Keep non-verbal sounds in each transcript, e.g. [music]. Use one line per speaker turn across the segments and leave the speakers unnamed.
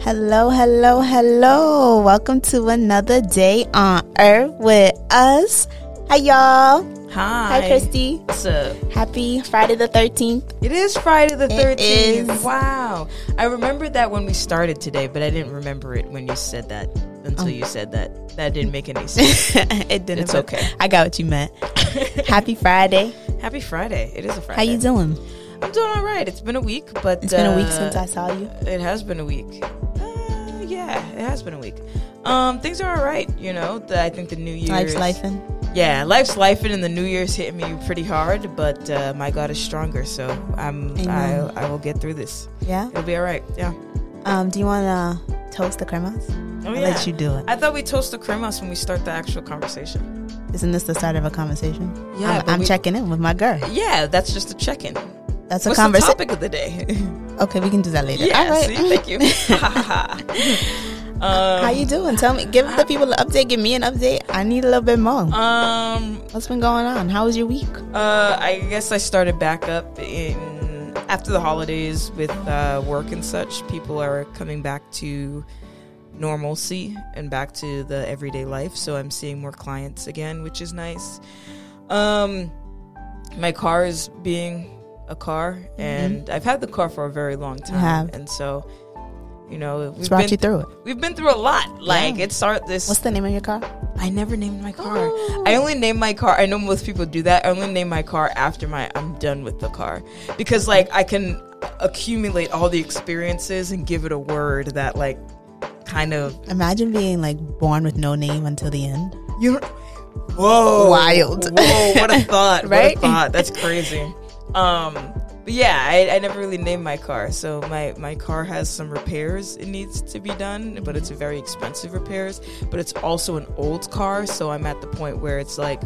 Hello, hello, hello. Welcome to another day on Earth with us. Hi, y'all.
Hi.
Hi, Christy.
What's up?
Happy Friday the 13th.
It is Friday the
It
13th.
is.
Wow. I remembered that when we started today, but I didn't remember it when you said that
Oh.
until you said that. That didn't make
[laughs]
any sense.
[laughs] it didn't.
It's
but
okay.
I got what you
[laughs]
meant. Happy Friday.
Happy Friday. It is a Friday.
How you doing?
I'm doing all right. It's been a week, but.
It's been a week
uh,
since I saw you.
It has been a week. Uh, yeah, it has been a week. Um, things are all right, you know. The, I think the New Year's.
Life's lifing.
Yeah, life's life, and the New Year's hitting me pretty hard, but uh, my God is stronger, so I'm, I,
Amen.
I will get through this.
Yeah.
It'll be all right. Yeah.
Um, do you want to toast the cremas?
Oh,
I'll
yeah.
let you do it.
I thought we toast the cremas when we start the actual conversation.
Isn't this the start of a conversation?
Yeah,
I'm,
but
I'm
we-
checking in with my girl.
Yeah, that's just a check-in.
That's a
What's the
conversation.
topic of the day? [laughs]
Okay, we can do that later.
yeah,
All right.
see,
[laughs]
thank you. um,
How you doing? Tell me. Give the people an update. Give me an update. I need a little bit more.
um,
What's been going on? How was your week?
uh, I guess I started back up in after the holidays with uh, work and such. People are coming back to normalcy and back to the everyday life, so I'm seeing more clients again, which is nice. Um, my car is being a car, and I've had the car for a very long time,
Mm-hmm. have.
and so you know we've
It's brought
been
you through it.
we've been through a lot. Like
Yeah.
it started this.
What's the name of your car?
I never named my car.
Oh.
I only name my car. I know most people do that. I only name my car after my I'm done with the car because like I can accumulate all the experiences and give it a word that like kind of
Imagine being like born with no name until the end.
you. Whoa!
Wild.
Whoa! What
[laughs]
a thought!
Right?
What a thought! That's crazy. Um. But yeah, I, I never really named my car, so my my car has some repairs it needs to be done, but it's very expensive repairs. But it's also an old car, so I'm at the point where it's like,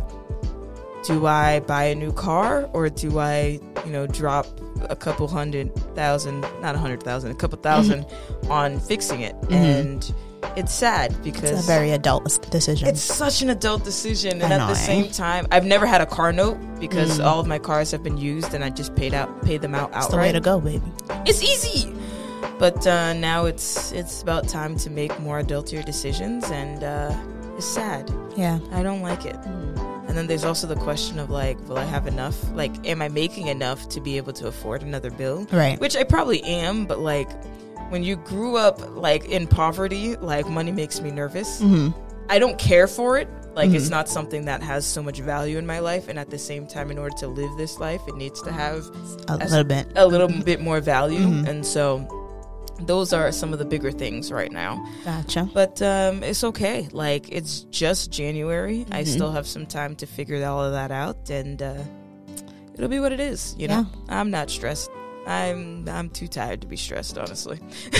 do I buy a new car or do I, you know, drop a couple hundred thousand, not a hundred thousand, a
Mm-hmm.
couple 1000 on fixing it? And it's sad because
It's a very adult decision.
it's such an adult decision, and
I
at
know, eh? Mm.
the same time, I've never had a car note because all of my cars have been used, and I just paid out, paid them out
It's the way
outright.
to go, baby.
It's easy, but uh, now it's it's about time to make more adultier decisions, and uh, it's sad.
Yeah.
I don't like it.
Mm.
And then there's also the question of like, will I have enough? Like, am I making enough to be able to afford another bill?
Right.
Which I probably am, but like, when you grew up like in poverty, like money makes me nervous. I don't care for it. Like, it's not something that has so much value in my life. And at the same time, in order to live this life, it needs to have
A
That's-
little bit.
a little bit more value. And so, those are some of the bigger things right now.
Gotcha.
But um, it's okay. Like it's just January. I still have some time to figure all of that out, and uh, it'll be what it is. You know, I'm not stressed. I'm I'm too tired to be stressed, honestly. [laughs]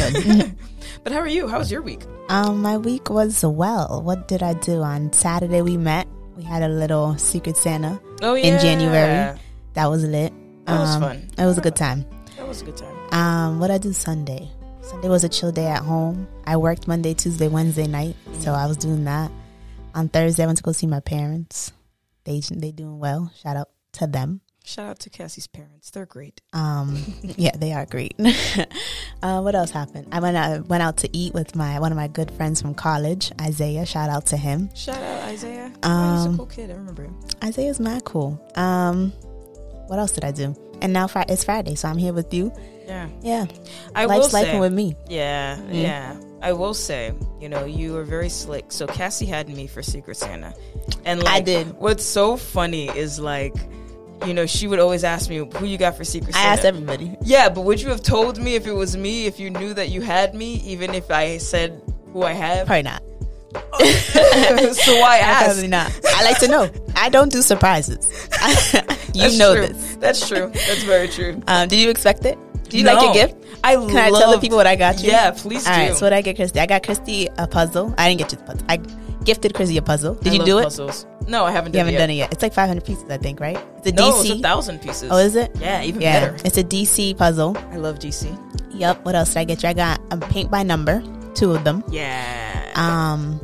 but how are you? How was your week?
Um, my week was well. What did I do? On Saturday we met. We had a little Secret Santa.
Oh yeah,
In January. That was lit.
That was
Um,
fun.
It was a good time.
That was a good time.
Um, what I do Sunday? Sunday was a chill day at home. I worked Monday, Tuesday, Wednesday night, so I was doing that. On Thursday, I went to go see my parents. They they doing well. Shout out to them.
Shout out to Cassie's parents. They're great.
Um, yeah, they are great. [laughs] uh, what else happened? I went out, went out to eat with my one of my good friends from college, Isaiah. Shout out to him.
Shout out Isaiah. he was
Um,
a cool kid. I remember him.
Isaiah's mad cool. Um, what else did I do? And now Fri it's Friday, so I'm here with you.
Yeah,
Yeah,
I
life's
will
life
say.
with me.
Yeah, yeah. I will say, you know, you were very slick. So Cassie had me for Secret Santa, and like,
did.
What's so funny is like, you know, she would always ask me who you got for Secret
I
Santa.
asked everybody.
yeah, but would you have told me if it was me if you knew that you had me, even if I said who I have?
Probably not.
[laughs] so
[laughs]
why ask?
Probably not. I
[laughs]
like to know. I don't do surprises. [laughs] you
That's
know
true.
this.
That's true. That's very true.
Um, did you expect it? Do you like your
No.
gift?
I
Can I tell the
loved-
people what I got you?
Yeah, please
All
do.
right. So what I get, Christy? I got Christy a puzzle. I didn't get you the puzzle. I gifted Christy a puzzle. Did
I
you
love
do it?
Puzzles. No, I haven't.
You
done
haven't
it yet.
done it yet. It's like 500 pieces, I think, right? It's a
No,
DC.
it's a thousand pieces.
oh, is it?
Yeah, even
yeah,
better.
it's a DC puzzle.
I love DC.
Yep. What else did I get you? I got a paint by number, two of them.
Yeah.
Um,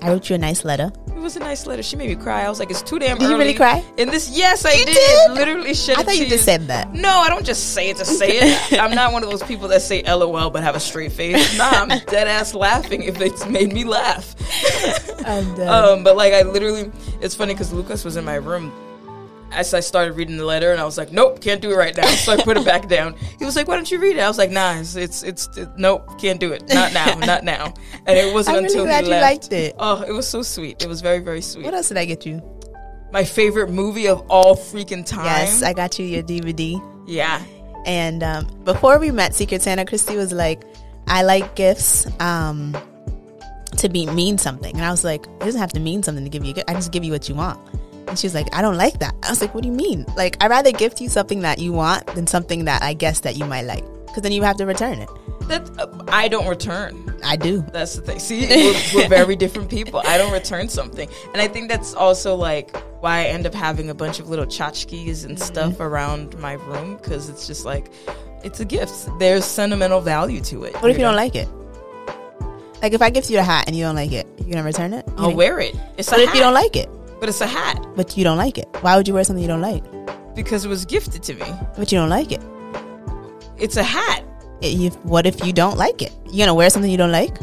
I wrote you a nice letter.
It was a nice letter. She made me cry. I was like, it's too damn
Did you
early.
really cry?
In this, yes, I
You
did.
did?
Literally, shed
I thought you
tears.
just said that.
No, I don't just say it to say it. I'm not one of those people that say LOL but have a straight face. Nah,
[laughs]
I'm dead ass laughing if it's made me laugh.
I'm done.
um, but like I literally, it's funny because Lucas was in my room. As I started reading the letter, and I was like, "Nope, can't do it right now." So I put it back down. He was like, "Why don't you read it?" I was like, "Nah, it's it's, it's it, nope, can't do it. Not now,
[laughs]
not now." And it wasn't
I'm really
until he
glad you
left.
liked it.
Oh, it was so sweet. It was very very sweet.
What else did I get you?
My favorite movie of all freaking time.
Yes, I got you your DVD.
yeah.
And um, before we met Secret Santa, Christy was like, I like gifts um, to be mean something. And I was like, it doesn't have to mean something to give you a gift. I just give you what you want. And she was like, I don't like that. I was like, what do you mean? Like, I'd rather gift you something that you want than something that I guess that you might like. Because then you have to return it.
That uh, I don't return.
I do.
That's the
[laughs]
thing. See, we're, we're very different people. I don't return something, and I think that's also like why I end up having a bunch of little tchotchkes
Mm-hmm.
and stuff around my room because it's just like it's a gift. There's sentimental value to it.
What if you don't like it? Like, if I gift you a hat and you don't like it, you gonna return it? You
I'll
know?
wear it. It's a
What
hat,
if you don't like it,
but it's a hat
but you don't like it? Why would you wear something you don't like,
because it was gifted to me.
but you don't like it?
It's a hat.
It- you- what if you don't like it? You gonna wear something you don't like?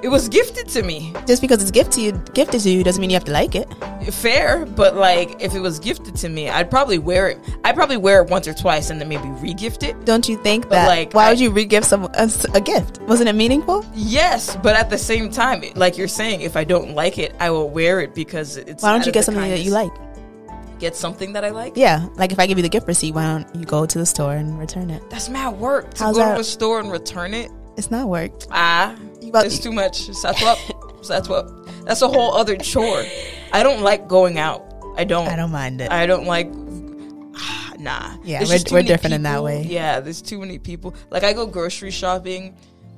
It was gifted to me.
Just because it's gift to you, gifted to you doesn't mean you have to like it.
Fair, but like if it was gifted to me, I'd probably wear it. I'd probably wear it once or twice and then maybe regift it.
Don't you think that?
like,
why
I-
would you re-gift someone us a gift? Wasn't it meaningful?
Yes, but at the same time, like you're saying, if I don't like it, I will wear it because it's.
Why
out
don't you
of
get
the
something that you
kindness.
like?
Get something that I like.
Yeah, like if I give you the gift receipt, why don't you go to the store and return it?
That's mad work to
How's
go
that?
to a store and return it.
It's not work.
Ah,
You about-
it's too much. That's what. That's what. That's a whole other chore. I don't like going out. I don't.
I don't mind it.
I don't like. ah, [sighs] Nah.
Yeah,
There's
we're-
just too
we're
many
different in that
people-
way.
Yeah, there's too many people. Like I go grocery shopping,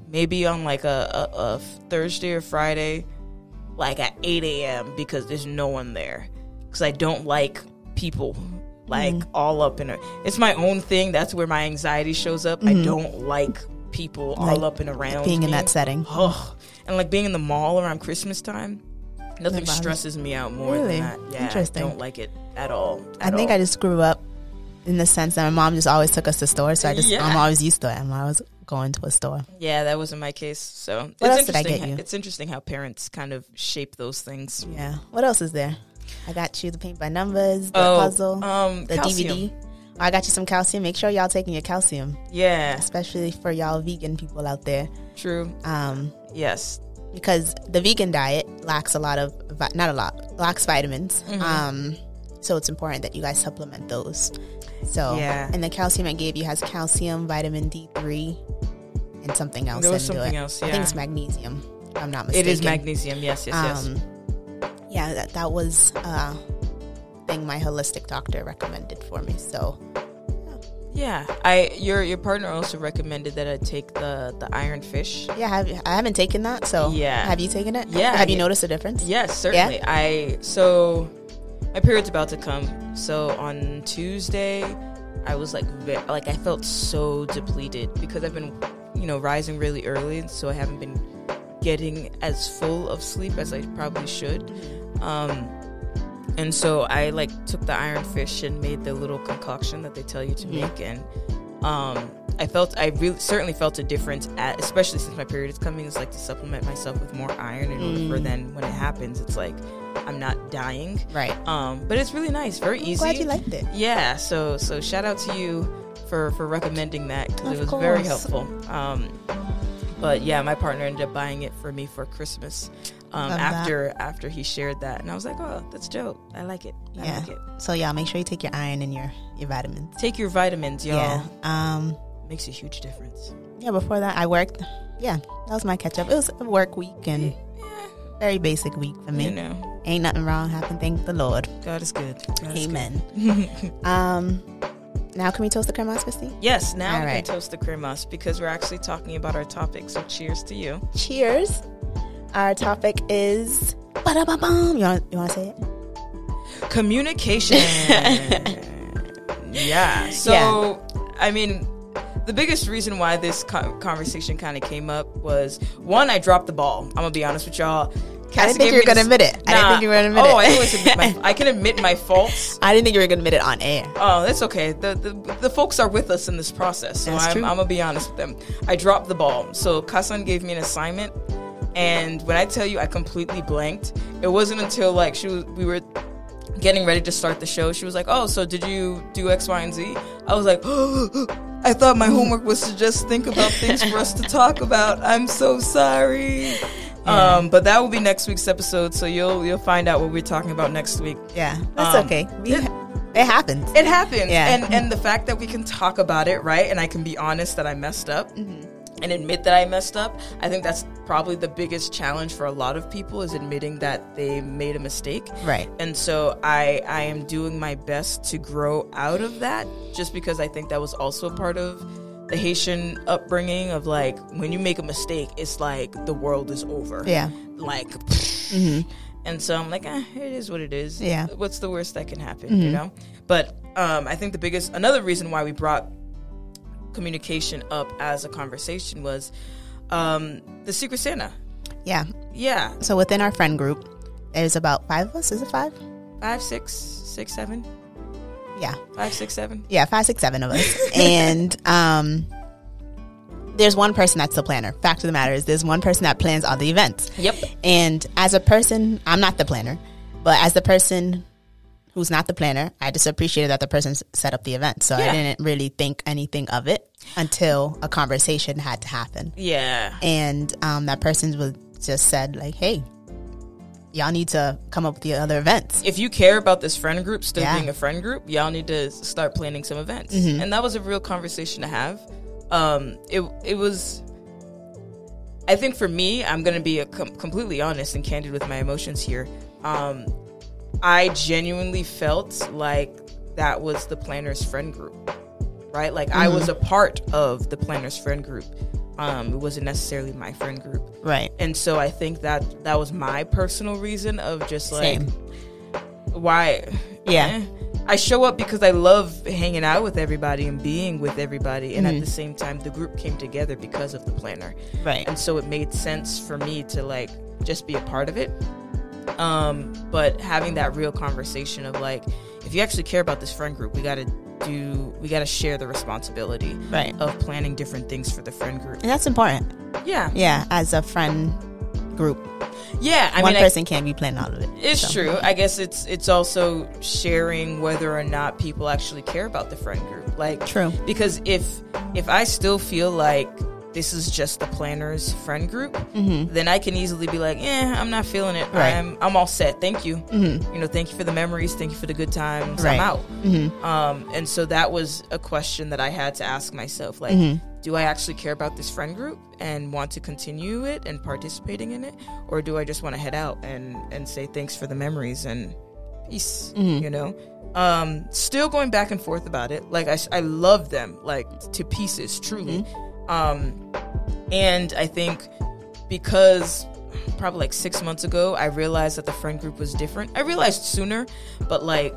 maybe on like a, a, a Thursday or Friday, like at 8 a.m. because there's no one there. Because I don't like people like
Mm-hmm.
all up in a. It's my own thing. That's where my anxiety shows up. I don't like people all up and around.
Mm-hmm. Being in
me.
that setting,
Ugh. And like being in the mall around Christmas time, nothing
bothers-
stresses me out more
Really?
than that. Yeah,
Interesting.
I don't like it at all.
I think I just grew up in the sense that my mom just always took us to stores, so I just
Yeah.
I'm always used to it. I'm always going to a store.
yeah, that wasn't my case. So
What
it's
else did I
interesting.
get
ho-
you?
It's interesting how parents kind of shape those things.
Yeah. What else is there? I got you the paint by numbers, the puzzle,
um,
the
calcium.
DVD. I got you some calcium. Make sure y'all taking your calcium,
Yeah,
especially for y'all vegan people out there,
true.
um,
Yes,
because the vegan diet lacks a lot of vi- not a lot lacks vitamins.
Mm-hmm.
Um, so it's important that you guys supplement those. So
Yeah.
and the calcium I gave you has calcium, vitamin D three, and something else.
There was
I didn't do
something
it.
else,
I think it's
yeah.
magnesium. If I'm not
it
mistaken.
is magnesium. Yes, yes, yes.
Um, yeah, that, that was uh, thing my holistic doctor recommended for me. So
yeah, I your your partner also recommended that I take the the iron fish.
yeah, have, I haven't taken that. So
Yeah.
have you taken it?
Yeah,
Have you
yeah.
noticed a difference?
Yes, certainly. I so my period's about to come. So on Tuesday, I was like ve- like I felt so depleted because I've been you know rising really early, and so I haven't been getting as full of sleep as I probably should. Um, and so I like took the iron fish and made the little concoction that they tell you to make, and um, I felt I really certainly felt a difference, at, especially since my period is coming. It's like to supplement myself with more iron in order for
Mm.
then when it happens, it's like I'm not dying.
Right.
Um, but it's really nice, very easy.
Glad you liked it.
Yeah, so so shout out to you for for recommending that because
Of
it was very
course.
helpful. Um, but yeah, my partner ended up buying it for me for Christmas. Um,
Love that.
after after he shared that, and I was like, oh, that's dope. I like it. I
Yeah.
like it.
So y'all make sure you take your iron and your your vitamins.
Take your vitamins, y'all.
Yeah. Um.
Makes a huge difference.
Yeah. Before that, I worked. Yeah, that was my catch up. It was a work week and very basic week for me.
You know,
Ain't nothing wrong happened. Thank the Lord.
God is good. God is
Amen.
[laughs]
um. Now can we toast the creme Christy?
Yes, now
All
we
right.
can toast the cremas because we're actually talking about our topic. So cheers to you.
Cheers. Our topic is. Ba-da-ba-bum. You want, you want to say it? [laughs]
Communication. [laughs] yeah. So, I mean, the biggest reason why this co- conversation kind of came up was one, I dropped the ball. I'm going to be honest with y'all.
I didn't think you were gonna admit it. I didn't think you were gonna admit
oh, I
it.
always
[laughs]
admit my. I can admit my faults.
I didn't think you were gonna admit it on air.
Oh, that's okay. The, the the folks are with us in this process, so
That's
I'm,
true.
I'm gonna be honest with them. I dropped the ball. So Kasan gave me an assignment, and when I tell you I completely blanked, it wasn't until like she was we were getting ready to start the show. She was like, "Oh, so did you do X, Y, and Z?" I was like. [gasps] I thought
Mm.
my homework was to just think about things for us to talk about. I'm so sorry. Um, but that will be next week's episode, so you'll you'll find out what we're talking about next week
Yeah, that's
Um,
okay. We,
it-
it, it happens.
it happens
Yeah.
and and the fact that we can talk about it right and i can be honest that i messed up
Mm-hmm.
and admit that i messed up i think that's probably the biggest challenge for a lot of people is admitting that they made a mistake
Right.
and so i i am doing my best to grow out of that just because i think that was also a part of the haitian upbringing of like when you make a mistake it's like the world is over
Yeah.
like and so i'm like eh, it is what it is
Yeah.
what's the worst that can happen you know but um, i think the biggest another reason why we brought communication up as a conversation was um, the secret santa
Yeah.
yeah
So within our friend group, there's about five of us. Is it five?
five six six seven
Yeah.
five six seven
Yeah, five, six, seven of
[laughs]
us. and um there's one person that's the planner. Fact of the matter is there's one person that plans all the events.
yep
And as a person, I'm not the planner, but as the person who's not the planner, I just appreciated that the person s- set up the event. So
Yeah.
I didn't really think anything of it until a conversation had to happen.
yeah
And um, that person was just said like, "Hey, y'all need to come up with the other events."
if you care about this friend group still
Yeah. Mm-hmm.
being a friend group, y'all need to s- start planning some events. And that was a real conversation to have. Um, it it was. I think for me, I'm going to be a com- completely honest and candid with my emotions here. Um, I genuinely felt like that was the planner's friend group, right? Like I was a
Mm-hmm.
part of the planner's friend group. Um, it wasn't necessarily my friend group,
Right.
and so I think that that was my personal reason of just like
Same.
why
Yeah.
I show up because I love hanging out with everybody and being with everybody and
Mm-hmm.
at the same time the group came together because of the planner.
Right.
And so it made sense for me to like just be a part of it. Um but having that real conversation of like if you actually care about this friend group, we got to do we got to share the responsibility
Right.
of planning different things for the friend group.
And that's important.
Yeah.
Yeah, as a friend group,
Yeah, I
one
mean I-
person can't be planning all of it.
It's
So,
true. I guess it's it's also sharing whether or not people actually care about the friend group. Like
True.
Because if if I still feel like this is just the planner's friend group, then I can easily be like, "Eh, I'm not feeling it.
Mm-hmm. Right. Mm-hmm.
I'm I'm all set. Thank you. You know, thank you for the memories. Thank you for the good times.
Right.
I'm out." Um, and so that was a question that I had to ask myself, like, do I actually care about this friend group and want to continue it and participating in it, or do I just want to head out and and say thanks for the memories and peace, you know? Um, still going back and forth about it. Like I, s- I love them like to pieces, truly. Um, and I think because probably like six months ago, I realized that the friend group was different. I realized sooner, but like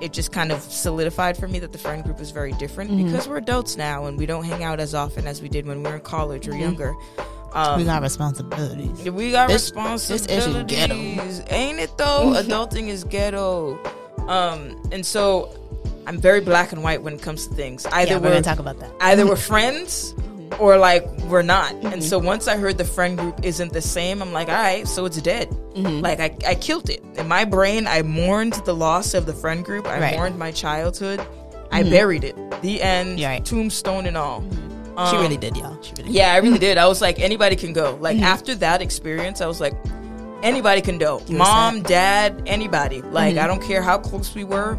it just kind of solidified for me that the friend group was very different
Mm-hmm.
because we're adults now and we don't hang out as often as we did when we were in college or
Mm-hmm.
younger. Um,
We got responsibilities.
we got
This- this issue
responsibilities.
ghetto. Mm-hmm.
Ain't it though? Adulting is ghetto. Um, and so I'm very black and white when it comes to things. Either
Yeah, we're
we're
gonna talk about that.
either we're friends or like we're not.
Mm-hmm.
And so once I heard the friend group isn't the same, I'm like, all right, so it's dead.
Mm-hmm.
Like I, I killed it. In my brain, I mourned the loss of the friend group. I
Right. Mm-hmm.
mourned my childhood. I buried it. The end,
You're right.
tombstone and all.
she
Um,
really did, y'all. She really
yeah, I
[laughs]
really did. I was like, anybody can go. Like
Mm-hmm.
after that experience, I was like, anybody can go. Mom, dad, anybody. Like
Mm-hmm.
I don't care how close we were.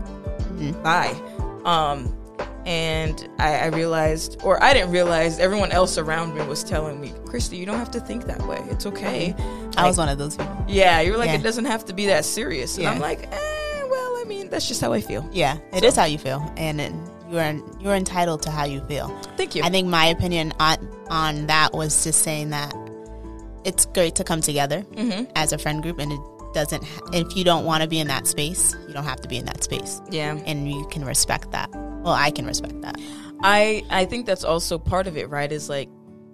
Bye. Um, and I, I realized, or I didn't realize, everyone else around me was telling me, Christy, you don't have to think that way. It's okay.
did. I was one of those people.
Yeah, you were like,
Mm-hmm. Yeah.
it doesn't have to be that serious. And
Yeah.
I'm like, eh, well, I mean, that's just how I feel.
Yeah, it is how you feel, and it, you are you're entitled to how you feel.
Thank you.
I think my opinion on on that was just saying that it's great to come together
Mm-hmm.
as a friend group, and it doesn't. ha- If you don't want to be in that space, you don't have to be in that space,
yeah.
and you can respect that. Well, I can respect that.
I I think that's also part of it, right? Is like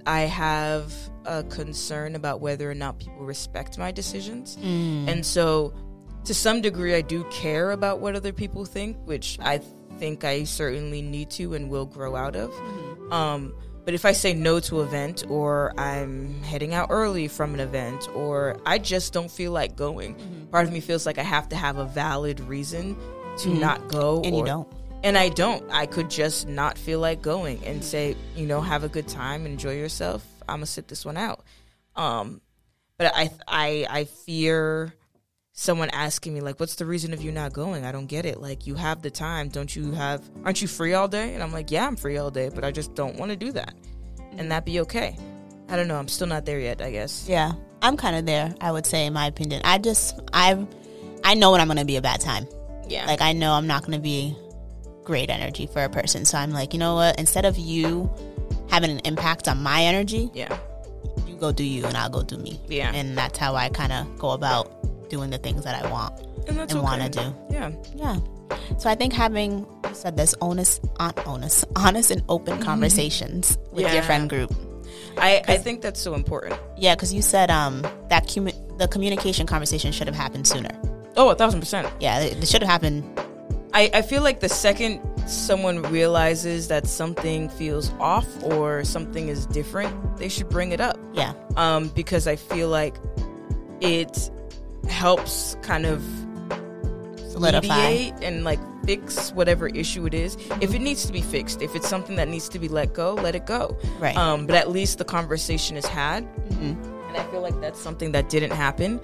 I have a concern about whether or not people respect my decisions. And so, to some degree, I do care about what other people think, which I think I certainly need to and will grow out of. Um, but if I say no to an event, or I'm heading out early from an event, or I just don't feel like going,
Mm-hmm.
part of me feels like I have to have a valid reason to not go.
Mm-hmm. And you
or-
don't.
and I don't. I could just not feel like going and say, you know, have a good time, enjoy yourself. I'm gonna sit this one out. Um, but I, I, I fear someone asking me like, "What's the reason of you not going?" I don't get it. Like, you have the time, don't you have? Aren't you free all day? And I'm like, yeah, I'm free all day, but I just don't want to do that, and that be okay. I don't know. I'm still not there yet. I guess.
Yeah, I'm kind of there. I would say, in my opinion, I just I I know when I'm gonna be a bad time.
Yeah.
Like I know I'm not gonna be great energy for a person. So I'm like, you know what? Instead of you having an impact on my energy,
yeah.
you go do you, and I'll go do me.
Yeah.
and that's how I kind of go about doing the things that I want.
And that's
and
okay.
wanna do.
Yeah.
Yeah. So I think having you said this honest, on honest, [laughs] honest and open conversations with
Mm-hmm. Yeah.
your friend group.
I, I think that's so important.
Yeah, because you said um that commu the communication conversation should have happened sooner.
Oh, a thousand percent.
Yeah, it, it should have happened.
I, I feel like the second someone realizes that something feels off or something is different, they should bring it up.
Yeah,
Um, because I feel like it helps kind of
solidify.
mediate and like fix whatever issue it is. If it needs to be fixed, if it's something that needs to be let go, let it go.
Right.
Um, but at least the conversation is had.
Mhm.
And I feel like that's something that didn't happen.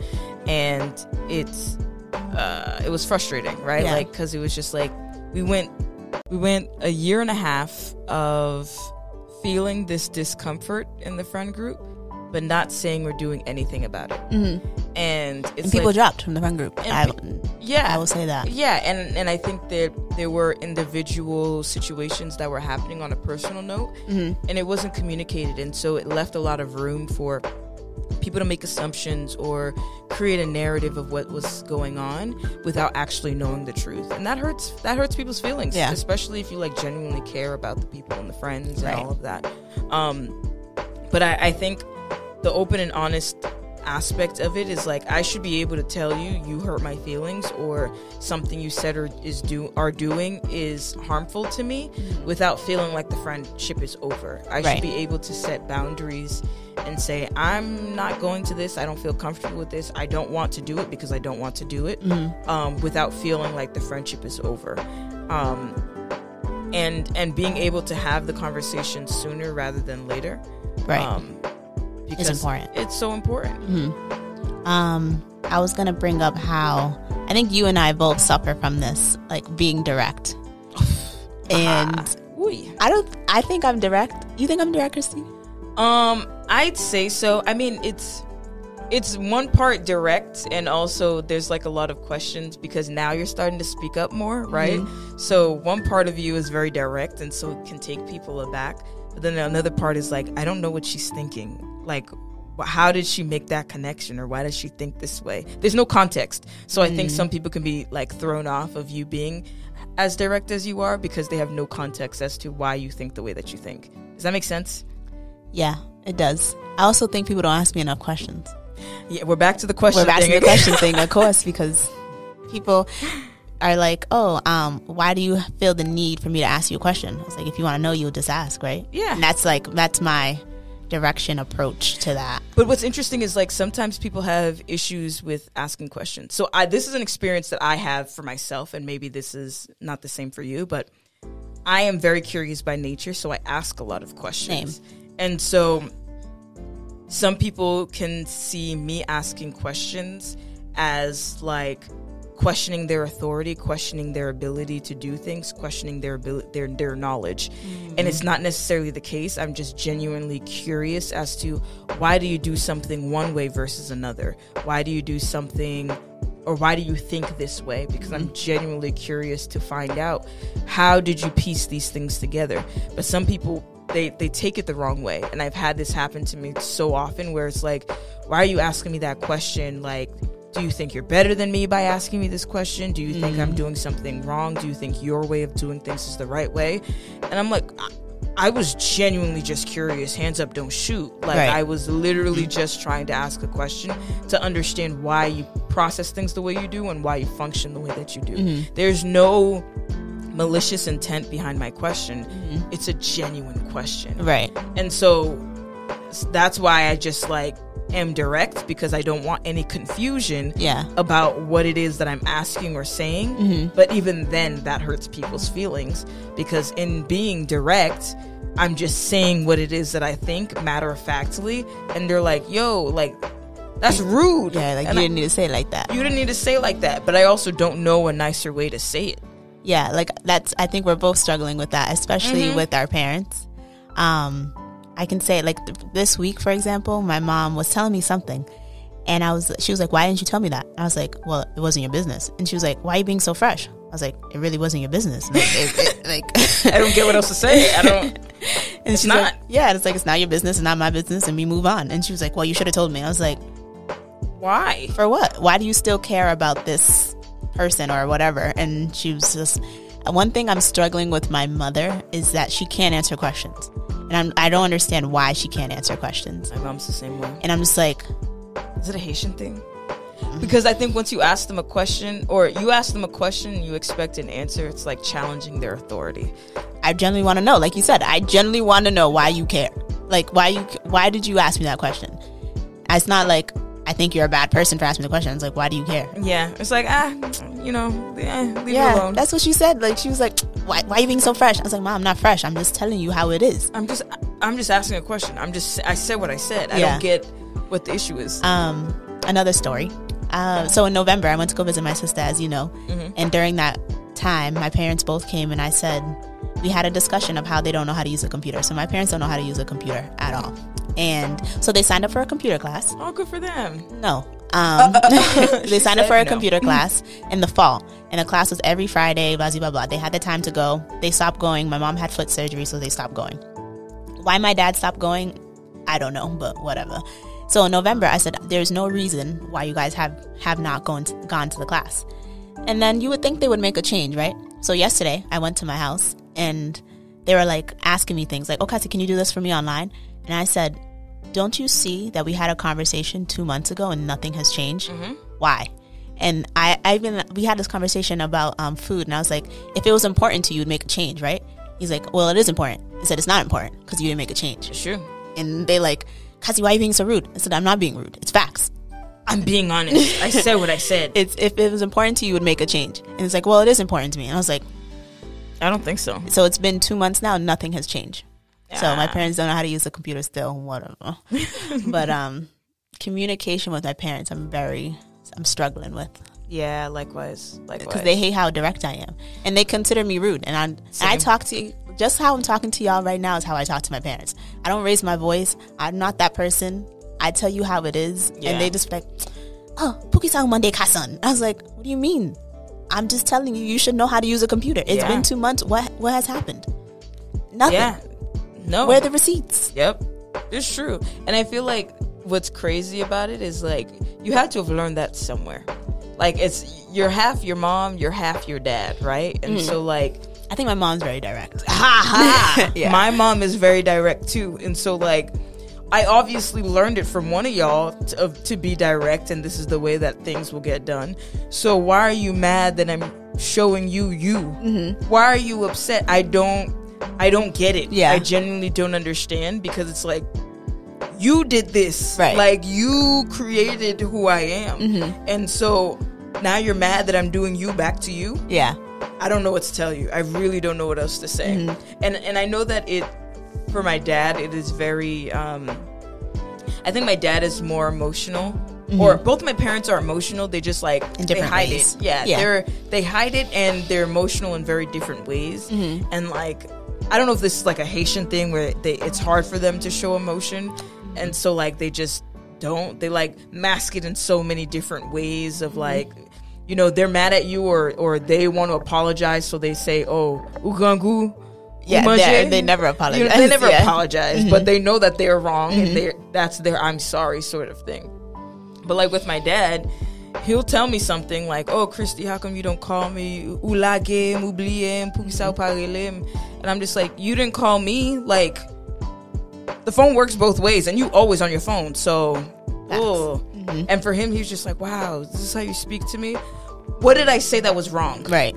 And it's, uh, it was frustrating, right?
Yeah.
Like, cause it was just like, we went, we went a year and a half of feeling this discomfort in the friend group, but not saying or doing anything about it. And it's
Mm-hmm. And people
like,
dropped from the friend group.
And
I,
yeah,
I will say that.
yeah, and and I think that there were individual situations that were happening on a personal note,
Mm-hmm.
and it wasn't communicated, and so it left a lot of room for people to make assumptions or create a narrative of what was going on without actually knowing the truth, and that hurts. That hurts people's feelings,
Yeah.
especially if you like genuinely care about the people and the friends
Right.
and all of that. Um, but I, I think the open and honest aspect of it is like I should be able to tell you you hurt my feelings or something you said or is do are doing is harmful to me without feeling like the friendship is over. I
Right.
should be able to set boundaries and say I'm not going to this. I don't feel comfortable with this. I don't want to do it because I don't want to do it um, without feeling like the friendship is over. Um, and and being able to have the conversation sooner rather than later
Right.
um, because
important. Mm-hmm.
It's so important.
um i was gonna bring up how i think you and i both suffer from this like being [laughs] direct and
Ooh.
i don't i think i'm direct you think i'm direct christine
Um, I'd say so. I mean, it's it's one part direct, and also there's like a lot of questions because now you're starting to speak up more, right? So one part of you is very direct, and so it can take people aback. But then another part is like, I don't know what she's thinking. Like, wh- how did she make that connection, or why does she think this way? There's no context, so I think some people can be like thrown off of you being as direct as you are because they have no context as to why you think the way that you think. Does that make sense?
yeah it does i also think people don't ask me enough questions
Yeah, we're back to the question.
we're back to
thing
the
again.
question thing of course because people are like oh um why do you feel the need for me to ask you a question it's like if you want to know you'll just ask right
Yeah.
and that's like that's my direction approach to that
But what's interesting is like sometimes people have issues with asking questions. So I this is an experience that I have for myself, and maybe this is not the same for you, but I am very curious by nature, so I ask a lot of questions. And so some people can see me asking questions as like questioning their authority, questioning their ability to do things, questioning their ability, their their knowledge. And it's not necessarily the case. I'm just genuinely curious as to why do you do something one way versus another? Why do you do something or why do you think this way? Because I'm genuinely curious to find out how did you piece these things together? But some people they they take it the wrong way and i've had this happen to me so often where it's like why are you asking me that question like do you think you're better than me by asking me this question do you think i'm doing something wrong do you think your way of doing things is the right way and i'm like I- I was genuinely just curious. Hands up, don't shoot. Like
Right.
I was literally just trying to ask a question to understand why you process things the way you do and why you function the way that you do. There's no malicious intent behind my question. It's a genuine question.
Right.
And so s- that's why I just like am direct because I don't want any confusion
Yeah. Mm-hmm.
about what it is that I'm asking or saying. But even then, that hurts people's feelings because in being direct, I'm just saying what it is that I think matter of factly, and they're like, yo, like, that's rude.
Yeah. Like
And
you
I-
didn't need to say it like that.
you didn't need to say it like that, but I also don't know a nicer way to say it.
yeah like that's i think we're both struggling with that especially with our parents um i can say like th- this week for example my mom was telling me something and i was she was like why didn't you tell me that i was like well it wasn't your business and she was like why are you being so fresh i was like it really wasn't your business like, it, it, like [laughs]
I don't get what else to say. I don't.
and she's
not.
like yeah and it's like it's not your business it's not my business and we move on and she was like well you should have told me i was like
Why?
for what? Why do you still care about this person or whatever? And she was just one thing I'm struggling with my mother is that she can't answer questions. And I'm, I don't understand why she can't answer questions.
My mom's the same way.
And I'm just like,
Is it a Haitian thing? Because I think once you ask them a question, or you ask them a question and you expect an answer, it's like challenging their authority.
I generally want to know. Like you said, I generally want to know why you care. Like why you why did you ask me that question? It's not like I think you're a bad person for asking me the question. It's like why do you care?
Yeah, it's like ah, you know, eh, leave it
Yeah,
alone.
that's what she said. Like she was like, why, why are you being so fresh? I was like, mom, I'm not fresh. I'm just telling you how it is.
I'm just, I'm just asking a question. I'm just, I said what I said. I
Yeah.
don't get what the issue is.
um, another story. Uh, so in November, I went to go visit my sister, as you know. And during that time, my parents both came and I said, we had a discussion of how they don't know how to use a computer. So my parents don't know how to use a computer at all. And so they signed up for a computer class.
oh, good for them.
No.
[laughs]
Um, [laughs] they
She
signed up
Oh, said
for a
no. Mm.
computer class in the fall. And the class was every Friday, blah, blah, blah, blah. They had the time to go. They stopped going. My mom had foot surgery, so they stopped going. Why my dad stopped going, I don't know, but whatever. So in November, I said, there's no reason why you guys have, have not gone to, gone to the class. And then you would think they would make a change, right? So yesterday, I went to my house and they were like asking me things like, "Oh, Kathy, can you do this for me online?" And I said, "Don't you see that we had a conversation two months ago and nothing has changed? Why?" And I, I even we had this conversation about um, food, and I was like, "If it was important to you, you'd make a change, right?" He's like, "Well, it is important." I said, "It's not important because you didn't make a change."
Sure,
And they like, "Kathy, why are you being so rude?" I said, "I'm not being rude. It's facts."
I'm being honest. I said what I
[laughs]
said.
It's if it was important to you, you would make a change. And it's like, well, it is important to me. And I was like,
I don't think so.
So it's been two months now. Nothing has changed. So my
Yeah.
parents don't know how to use a computer still. Whatever. but um, communication with my parents, I'm very, I'm struggling with
Yeah, likewise, likewise.
because they hate how direct I am, and they consider me rude. And I, and I
Same.
talk to just how I'm talking to y'all right now is how I talk to my parents. I don't raise my voice. I'm not that person. I tell you how it is,
Yeah.
and they just be like, oh, Puki sang Monday kasan. I was like, what do you mean? I'm just telling you, you should know how to use a computer. It's
Yeah.
been two months. What what has happened? Nothing.
yeah, no,
Where are the receipts?
Yep. It's true. And I feel like what's crazy about it is like you had to have learned that somewhere. Like it's you're half your mom, you're half your dad, right? And so like
I think my mom's very [laughs] direct.
ha ha.
[laughs] Yeah.
My mom is very direct too, and so like, I obviously learned it from one of y'all to, of, to be direct, and this is the way that things will get done. So why are you mad that I'm showing you you?
Mm-hmm.
Why are you upset? I don't, I don't get it.
Yeah.
I genuinely don't understand because it's like. You did this.
Right. Mm-hmm.
Like, you created who I am. And so now you're mad that I'm doing you back to you.
Yeah.
I don't know what to tell you. I really don't know what else to say. And and I know that it for my dad it is very um I think my dad is more emotional. Or both my parents are emotional. They just like
Mm-hmm. In
they
different
hide
ways.
it. Yeah,
Yeah.
they're they hide it and they're emotional in very different ways.
Mm-hmm.
And like I don't know if this is like a Haitian thing where they it's hard for them to show emotion, and so like they just don't. They like mask it in so many different ways
Mm-hmm.
of like. You know they're mad at you, or or they want to apologize, so they say, "Oh, ugangu."
Yeah,
umanje."
they're- they never
You know, they
apologize,
never
[laughs] yeah. Mm-hmm.
apologize, but they know that they are wrong, and they are that's their "I'm sorry" sort of thing. But like with my dad, he'll tell me something like, "Oh, Christy, how come you don't call me? Ulage, m'oublier,
Mm-hmm.
m'pousser parler." And I'm just like, "You didn't call me. Like, the phone works both ways, and you always on your phone. So,
Facts. Mm-hmm.
ugh. and for him, he was just like, "Wow, is this how you speak to me? What did I say that was wrong?
Right.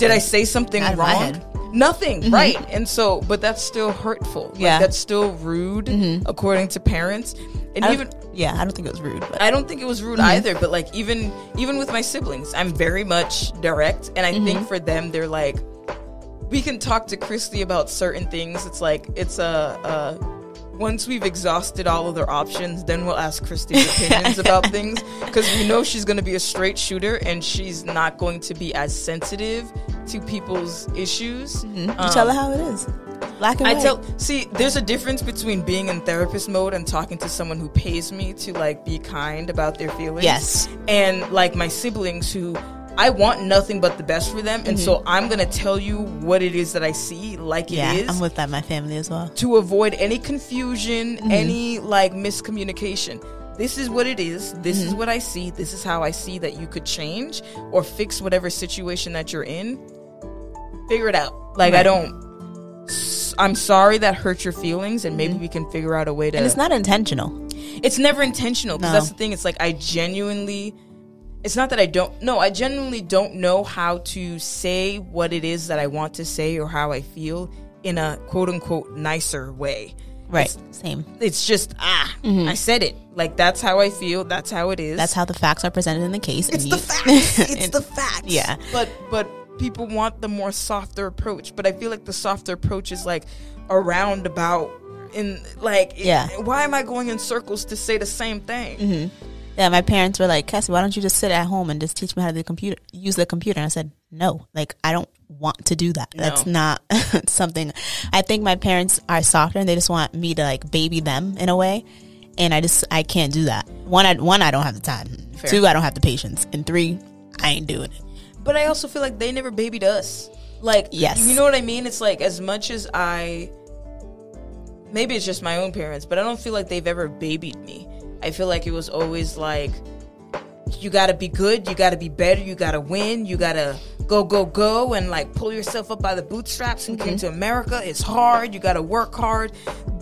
Did I say something
Not in my
wrong?
head.
Nothing, right? And so, but that's still hurtful. Like,
Yeah.
that's still rude, according to parents. And even
yeah, I don't think it was rude, but
I don't think it was rude either, but like even even with my siblings, I'm very much direct and I think for them they're like we can talk to Christy about certain things. It's like it's a, a once we've exhausted all of their options, then we'll ask Christy's opinions about things because we know she's going to be a straight shooter and she's not going to be as sensitive to people's issues.
you tell her how it is. Black and
I
white.
tell see, there's a difference between being in therapist mode and talking to someone who pays me to like be kind about their feelings.
Yes.
And like my siblings who I want nothing but the best for them
Mm-hmm.
and so I'm gonna tell you what it is that I see like
yeah,
it is
I'm with that. My family as well.
to avoid any confusion,
Mm-hmm.
any like miscommunication. This is what it is. This
Mm-hmm.
is what I see. This is how I see that you could change or fix whatever situation that you're in. Figure it out. Like I
Right.
don't. s- I'm sorry that hurt your feelings, and maybe we can figure out a way to.
Mm-hmm. And it's not intentional.
It's never intentional because
No.
that's the thing. It's like I genuinely. It's not that I don't. No, I genuinely don't know how to say what it is that I want to say or how I feel in a quote unquote nicer way
Right. Same.
it's just ah i said it like that's how i feel that's how it is
Mm-hmm. That's how the facts are presented in the case.
it's
and
the
you-
facts it's
and-
the facts
Yeah.
but but people want the more softer approach but i feel like the softer approach is like a roundabout in like it-
Yeah. Mm-hmm.
why am i going in circles to say the same thing
[laughs] Yeah, my parents were like, Cassie, why don't you just sit at home and just teach me how to the computer use the computer? And I said, No, like I don't want to do that. That's not [laughs] something I think my parents are softer and they just want me to like baby them in a way. And I just I can't do that. One I one, I don't have the time.
Fair.
Two, I don't have the patience. And three, I ain't doing it.
but I also feel like they never babied us. Like,
Yes.
you know what I mean? It's like as much as I, maybe it's just my own parents, but I don't feel like they've ever babied me. I feel like it was always like, you gotta be good, you gotta be better, you gotta win, you gotta go, go, go, and like pull yourself up by the bootstraps and
Mm-hmm.
came to America. It's hard, you gotta work hard,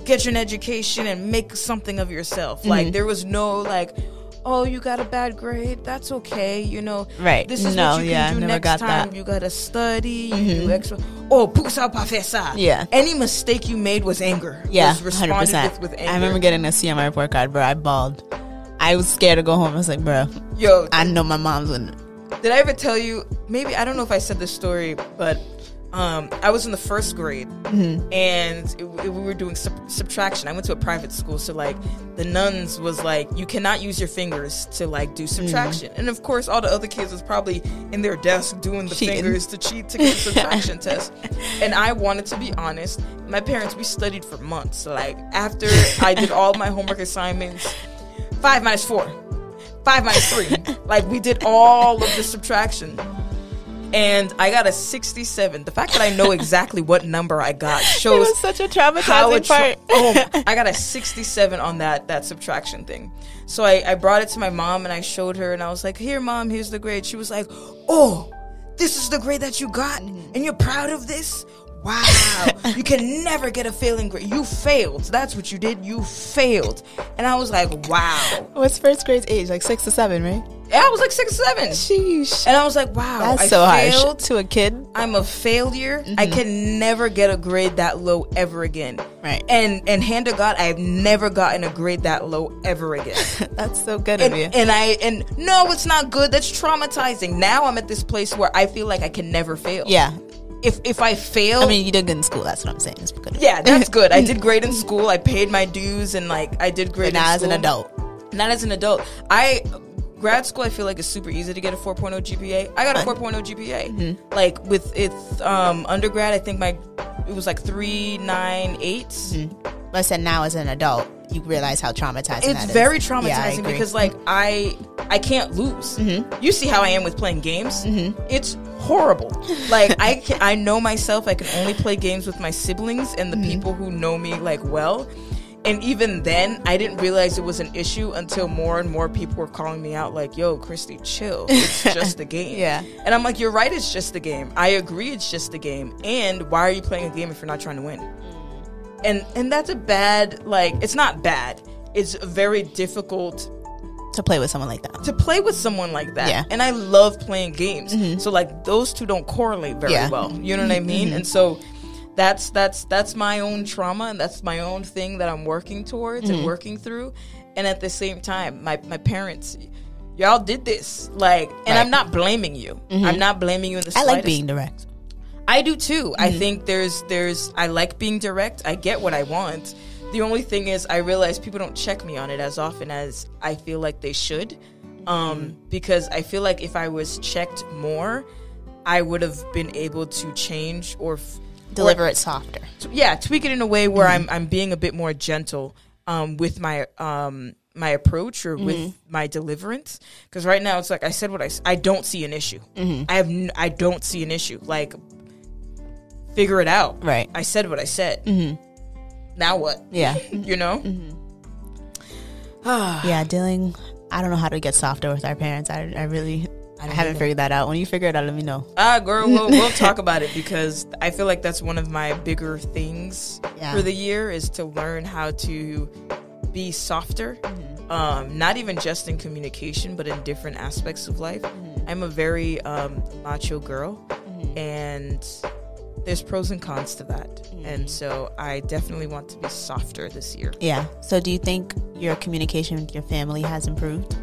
get you an education, and make something of yourself.
Mm-hmm.
Like, there was no like, oh, you got a bad grade, that's okay, you know,
Right.
this is
No,
what you
yeah,
can do
never
next
got
time.
that. Mm-hmm.
You gotta study. You do extra. Oh, puxa professor.
Yeah.
Any mistake you made was anger.
Yeah,
Was responded
hundred percent.
With, with anger.
I remember getting a C on my report card, bro. I bawled. I was scared to go home. I was like, bro,
Yo,
I know my mom's wouldn't.
did I ever tell you? Maybe I don't know if I said this story, but um, I was in the first grade and it, it- we were doing sub- subtraction. I went to a private school, so like the nuns was like, you cannot use your fingers to like do subtraction. And of course, all the other kids was probably in their desk doing the
Cheating.
fingers to cheat to get subtraction test. And I wanted to be honest. My parents, we studied for months. Like after I did all my homework assignments, five minus four, five minus
[laughs]
three. like we did all of the subtraction. And I got a 67. The fact that I
[laughs]
know exactly what number I got
It
shows
was such a
how
traumatizing
it tra-
part. [laughs]
oh, I got a 67 on that that subtraction thing. So I, I brought it to my mom and I showed her and I was like, "Here, mom, here's the grade." She was like, "Oh, this is the grade that you got,
Mm-hmm.
and you're proud of this."
[laughs]
Wow, you can never get a failing grade. You failed. That's what you did. You failed. And I was like, wow.
What's first grade's age? Like six to seven, right?
And I was like six, seven.
Sheesh.
And I was like, wow.
That's
I
so
failed.
harsh Mm-hmm. to a kid.
I'm a failure. I can never get a grade that low ever again.
Right.
And and hand to God, I have never gotten a grade that low
[laughs]
ever again.
That's so good
and,
of you.
and I and no, it's not good. That's traumatizing. Now I'm at this place where I feel like I can never fail.
yeah.
If if I fail,
I mean, you did good in school. That's what I'm saying. It's good. [laughs]
yeah, that's good. I did great in school. I paid my dues and like I did great.
But now
in
as an
school.
adult.
Not as an adult. I grad school I feel like is super easy to get a 4.0 GPA. I got a 4.0 GPA.
Mm-hmm.
Like with it's um undergrad I think my it was like 398.
But I said now as an adult, you realize how traumatizing that
It's
is.
very
Yeah, I
traumatizing
agree.
because like I I can't lose. You see how I am with playing games? It's horrible. Like I can, I know myself. I can only play games with my siblings and the people who know me like well. And even then, I didn't realize it was an issue until more and more people were calling me out, like, yo, Christy, chill. It's just a game.
Yeah.
And I'm like, you're right, it's just a game. I agree, it's just a game. And why are you playing a game if you're not trying to win? And, and that's a bad, like, it's not bad. It's very difficult
to play with someone like that.
to play with someone like that.
Yeah. Mm-hmm.
And I love playing games. So like those two don't correlate very
Yeah. Mm-hmm.
well. You know what I mean? And so that's that's that's my own trauma and that's my own thing that I'm working towards
Mm-hmm.
and working through. And at the same time, my, my parents y'all did this. Like and
Right.
I'm
Mm-hmm.
not blaming you. I'm not blaming you in the
I
slightest.
like being direct.
I do too. I think there's there's I like being direct. I get what I want. The only thing is I realize people don't check me on it as often as I feel like they should. Um because I feel like if I was checked more, I would have been able to change or f-
Deliver it softer.
t- yeah, tweak it in a way where I'm I'm being a bit more gentle um, with my um, my approach or with my deliverance. Because right now it's like I said what I s- I don't see an issue. I have n- I don't see an issue. Like figure it out.
Right.
I said what I said. Now what?
Yeah.
You know.
yeah, dealing. I don't know how to get softer with our parents. I, I really I, haven't figured that out. When you figure it out, let me know.
Ah, girl, we'll, we'll talk about it because I feel like that's one of my bigger things
Yeah.
for the year is to learn how to be softer. Um, not even just in communication, but in different aspects of life. I'm a very um, macho girl, and there's pros and cons to that. And so I definitely want to be softer this year.
Yeah. So, do you think your communication with your family has improved?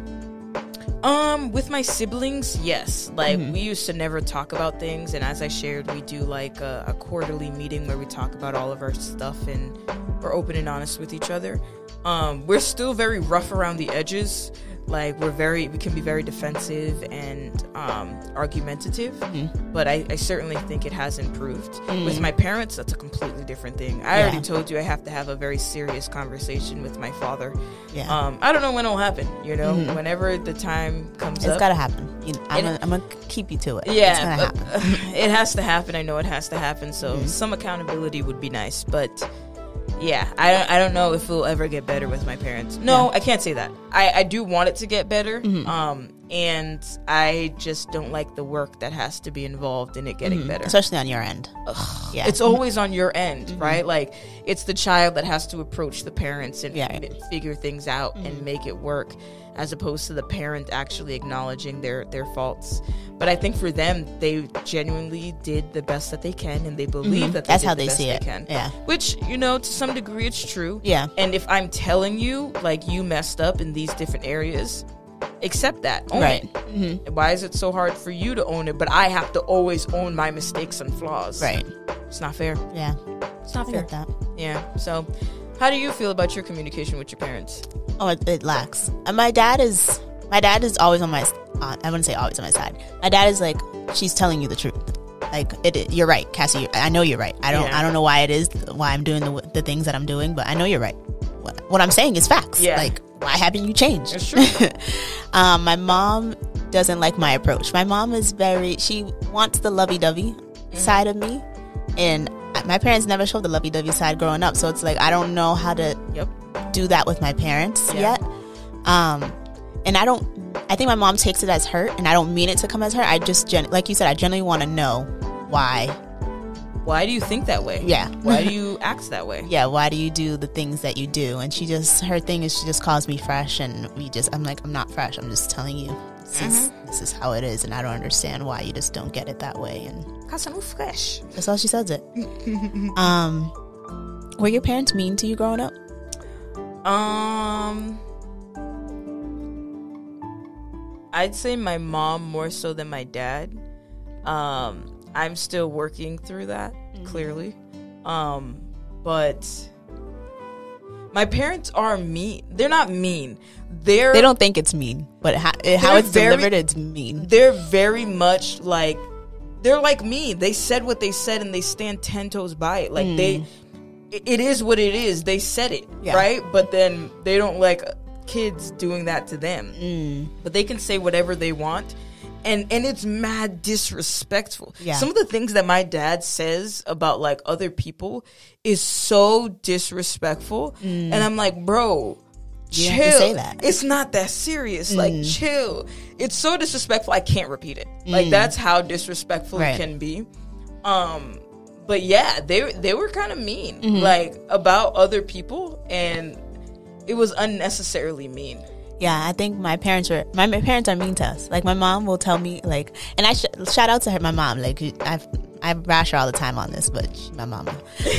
Um, with my siblings, yes. Like
Mm-hmm.
we used to never talk about things, and as I shared, we do like a, a quarterly meeting where we talk about all of our stuff and we're open and honest with each other. Um, we're still very rough around the edges. Like we're very, we can be very defensive and um, argumentative.
Mm-hmm.
But I, I certainly think it has improved. With my parents, that's a completely different thing. I
Mm. Yeah.
already told you I have to have a very serious conversation with my father.
Yeah.
Um, I don't know when it'll happen. You know, whenever the time comes
Mm-hmm. it's
up.
got to happen. You know, I'm
It-
gonna, I'm gonna keep you to it. It's gonna
yeah, uh,
happen.
but- [laughs] it has to happen. I know it has to happen. So
Mm-hmm.
some accountability would be nice, but yeah, I don't. I don't know if it'll ever get better with my parents. No, I can't say that. I, I do want it to get better.
Mm-hmm.
Um, and I just don't like the work that has to be involved in it
Mm-hmm.
getting better.
Especially on your end. Yeah.
It's always on your end, right? Like it's the child that has to approach the parents and
Yeah. Mm-hmm.
f- figure things out and make it work, as opposed to the parent actually acknowledging their their faults. But I think for them, they genuinely did the best that they can, and they believe that
Mm-hmm.
they
That's
did
how
the
they
best
see it.
Can.
Yeah.
Which you know, to some degree, it's true.
Yeah.
And if I'm telling you, like you messed up in these different areas, accept that. Own
Right. Mm-hmm.
It. Why is it so hard for you to own it, but I have to always own my mistakes and flaws?
Right.
It's not fair.
Yeah.
It's not
I
fair.
get that.
Yeah. So, how do you feel about your communication with your parents?
Oh, it, it lacks. And my dad is my dad is always on my s- on, I wouldn't say always on my side. My dad is like she's telling you the truth. Like it, it- you're right, Cassie. I know you're right. I don't
Yeah.
I don't know why it is why I'm doing the, the things that I'm doing, but I know you're right. What, what I'm saying is facts.
Yeah.
Like why haven't you changed?
It's true.
[laughs] um, my mom doesn't like my approach. My mom is very, she wants the lovey dovey
Mm-hmm.
side of me. And my parents never showed the lovey dovey side growing up. So it's like, I don't know how to
yep.
do that with my parents
Yeah.
yet. Um, and I don't, I think my mom takes it as hurt, and I don't mean it to come as hurt. I just, gen- like you said, I generally want to know why.
Why do you think that way?
Yeah.
Why do you act that way?
[laughs] Yeah, why do you do the things that you do? And she just, her thing is she just calls me fresh, and we just, I'm like, I'm not fresh. I'm just telling you, this, is,
Mm-hmm.
this is how it is, and I don't understand why you just don't get it that way. And
[laughs] Cause I'm fresh.
that's how she says
[laughs]
it. um, were your parents mean to you growing up?
Um, I'd say my mom more so than my dad. Um, I'm still working through that clearly. Um, but my parents are mean. They're not mean. They're
They don't think it's mean, but ha- how
They're
it's
very-
delivered, it's mean.
they're very much like they're like me. They said what they said and they stand ten toes by it. Like they, it- it is what it is. They said it
Hmm. Yeah.
right, but then
Hmm.
they don't like kids doing that to them. But they can say whatever they want, and and it's mad disrespectful.
Yeah.
Some of the things that my dad says about like other people is so disrespectful, and I'm like, bro.
Hmm. You
Chill.
don't have to say that.
It's not that serious. Like, chill. It's so disrespectful. I can't repeat it. Like, that's how disrespectful
Right.
it can be. Um, but yeah, they they were kind of mean, like about other people, and it was unnecessarily mean.
Yeah, I think my parents were my, my parents are mean to us. Like my mom will tell me like, and I sh- shout out to her, my mom. Like I I bash her all the time on this, but she's my
[laughs]
mama.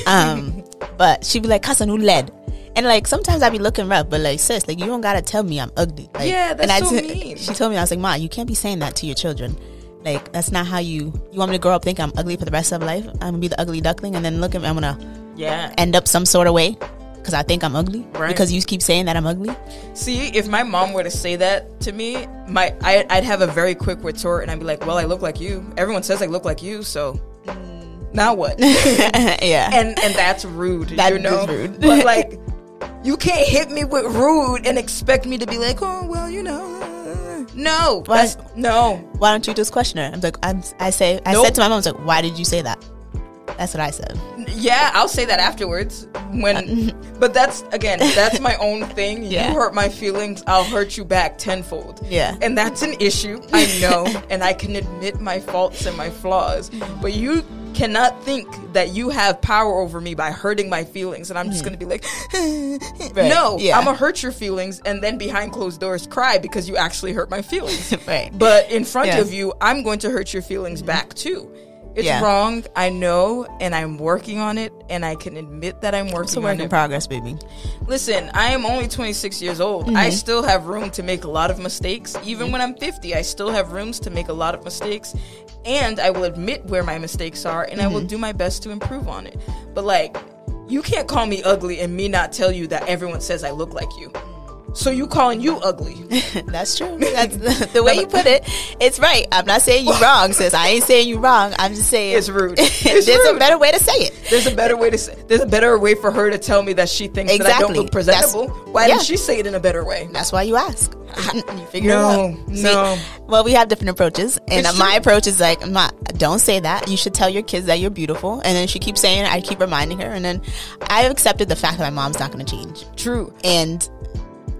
Um, but she'd be like, "Cousin, who led?" And like sometimes I'd be looking rough, but like sis, like you don't gotta tell me I'm ugly. Like,
Yeah, that's
and I
so
t-
mean.
She told me I was like, "Ma, you can't be saying that to your children." Like that's not how you you want me to grow up thinking I'm ugly for the rest of life. I'm gonna be the ugly duckling, and then look at me, I'm gonna
Yeah.
end up some sort of way because I think I'm ugly
Right.
because you keep saying that I'm
[laughs]
ugly. [laughs]
See, if my mom were to say that to me, my I, I'd have a very quick retort, and I'd be like, "Well, I look like you. Everyone says I look like you, so now what?"
yeah,
and and that's rude.
That
you
is
know?
rude. [laughs]
but like, you can't hit me with rude and expect me to be like, "Oh, well, you know." No,
Why-
that's, no.
why don't you just question her? I'm like, I'm, I say, I
Nope.
said to my mom, I was like, why did you say that? That's what I said.
Yeah, I'll say that afterwards.
[laughs]
When, but that's again, that's my own thing.
Yeah.
You hurt my feelings, I'll hurt you back tenfold.
Yeah.
and that's an issue. I
[laughs]
know, and I can admit my faults and my flaws. But you cannot think that you have power over me by hurting my feelings, and I'm just gonna be like, [laughs] no,
Mm. yeah.
I'm gonna hurt your feelings, and then behind closed doors cry because you actually hurt my feelings.
[laughs] Right.
But in front
Yeah.
of you, I'm going to hurt your feelings back too. It's
Yeah.
wrong. I know, and I'm working on it, and I can admit that I'm working
It's a
on
work in
it.
progress,
[laughs]
baby.
Listen, I am only 26 years old. I
Mm-hmm.
still have room to make a lot of mistakes. Even when I'm 50, I still have rooms to make a lot of mistakes, and I will admit where my mistakes are, and I
Mm-hmm.
will do my best to improve on it. But like, you can't call me ugly and me not tell you that everyone says I look like you. So you calling you ugly?
[laughs] That's true. That's the, the
[laughs]
way you put it. It's right. I'm not saying you wrong, sis. I ain't saying you wrong. I'm just saying
It's rude.
[laughs] there's
It's
a
rude.
better way to say it.
There's a better way to say. There's a better way for her to tell me that she thinks that I don't
Exactly.
look
That's-
presentable. Why
yeah.
didn't she say it in a better way?
That's why you ask. [laughs] You figure
No,
it out. See?
no.
Well, we have different approaches, and
It's
uh, my
true.
approach is like, I'm not, don't say that. You should tell your kids that you're beautiful, and then she keeps saying, it, I keep reminding her, and then I've accepted the fact that my mom's not going to change.
True.
and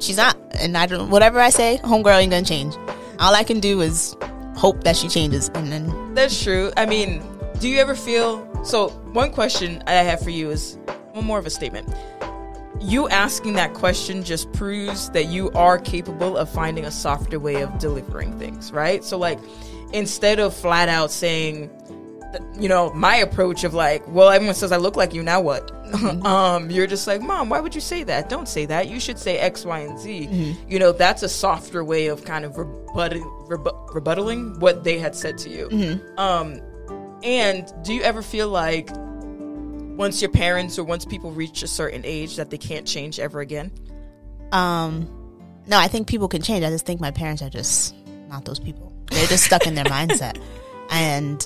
she's not. And I don't. Whatever I say, homegirl ain't gonna change. All I can do is hope that she changes. And then
That's true. I mean, do you ever feel so? One question I have for you is well, more of a statement. You asking that question just proves that you are capable of finding a softer way of delivering things, right? So, like, instead of flat out saying, th- you know, my approach of like, well, everyone says I look like you, now what? [laughs] um, you're just like, mom, why would you say that? Don't say that. You should say X, Y, and Z. You know, that's a softer way of kind of rebutting, rebu- rebuttaling what they had said to you. Um, and do you ever feel like once your parents or once people reach a certain age that they can't change ever again?
um, no, I think people can change. I just think my parents are just not those people. They're just stuck in their mindset, and